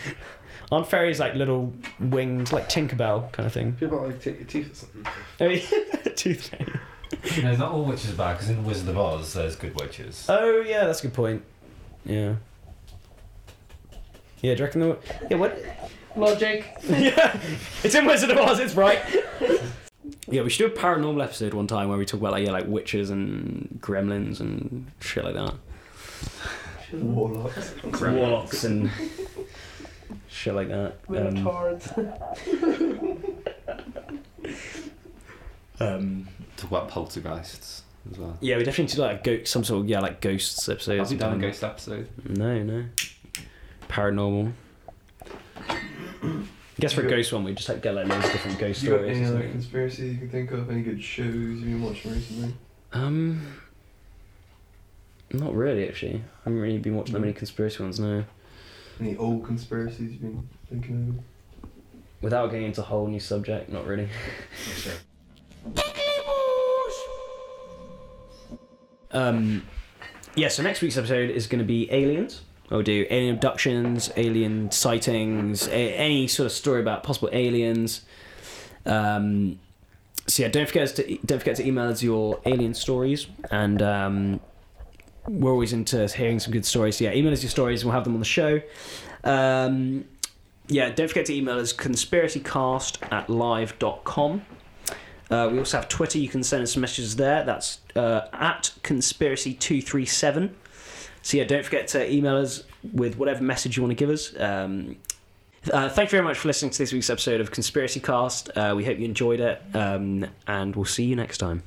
Speaker 1: Aren't fairies like little winged, like Tinkerbell kind of thing? Oh,
Speaker 2: People like take your teeth or something.
Speaker 1: I mean, tooth fairy.
Speaker 5: no, not all witches are bad. Because in Wizard of Oz, there's good witches.
Speaker 1: Oh, yeah, that's a good point. Yeah. Yeah, do you reckon the. Yeah, what?
Speaker 3: Logic.
Speaker 1: yeah, it's in Wizard of Oz, it's right. yeah, we should do a paranormal episode one time where we talk about like, yeah, like witches and gremlins and shit like that.
Speaker 6: Warlocks.
Speaker 1: warlocks and shit like that. Um,
Speaker 3: Minotaurs.
Speaker 1: um,
Speaker 5: Talk about poltergeists as well.
Speaker 1: yeah, we definitely need to do like go- some sort of yeah, like ghosts episode.
Speaker 5: Have you done a ghost episode?
Speaker 1: No, no. Paranormal. I guess for a ghost one, we just like get like loads of different ghost
Speaker 6: you got
Speaker 1: stories.
Speaker 6: any
Speaker 1: or
Speaker 6: other
Speaker 1: something.
Speaker 6: conspiracies you can think of? Any good shows you've been watching recently?
Speaker 1: Um, not really actually. I haven't really been watching that many conspiracy ones now.
Speaker 6: Any old conspiracies you've been thinking of?
Speaker 1: Without getting into a whole new subject, not really. um, yeah. So next week's episode is going to be aliens. I'll do alien abductions, alien sightings, a- any sort of story about possible aliens. Um, so yeah, don't forget to don't forget to email us your alien stories, and um, we're always into hearing some good stories. So yeah, email us your stories, and we'll have them on the show. Um, yeah, don't forget to email us conspiracycast at live.com. Uh, we also have Twitter. You can send us messages there. That's uh, at conspiracy237. So, yeah, don't forget to email us with whatever message you want to give us. Um, uh, thank you very much for listening to this week's episode of Conspiracy Cast. Uh, we hope you enjoyed it, um, and we'll see you next time.